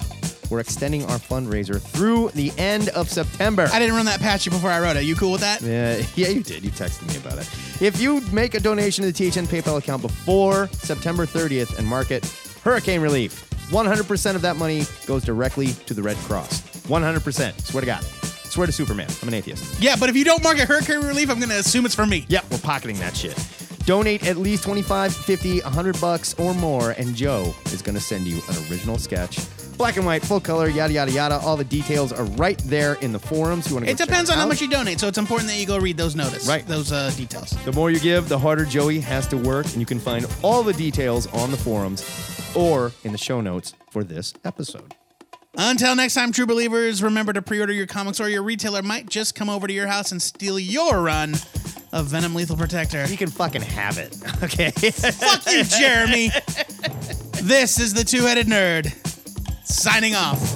S3: we're extending our fundraiser through the end of September.
S4: I didn't run that past you before I wrote it. You cool with that?
S3: Yeah, <laughs> yeah, you did. You texted me about it. If you make a donation to the THN PayPal account before September 30th and mark it hurricane relief, 100% of that money goes directly to the Red Cross. 100%. Swear to God. Swear to Superman. I'm an atheist.
S4: Yeah, but if you don't mark it hurricane relief, I'm going to assume it's for me.
S3: Yep, we're pocketing that shit. Donate at least 25, 50, 100 bucks or more, and Joe is going to send you an original sketch. Black and white, full color, yada, yada, yada. All the details are right there in the forums. You want to
S4: It depends on how much you donate, so it's important that you go read those notices,
S3: Right.
S4: Those uh, details.
S3: The more you give, the harder Joey has to work, and you can find all the details on the forums or in the show notes for this episode.
S4: Until next time, true believers, remember to pre-order your comics, or your retailer might just come over to your house and steal your run of Venom Lethal Protector. You
S3: can fucking have
S4: <laughs>
S3: it. Okay.
S4: Fuck you, Jeremy. this is the Two-Headed Nerd signing off.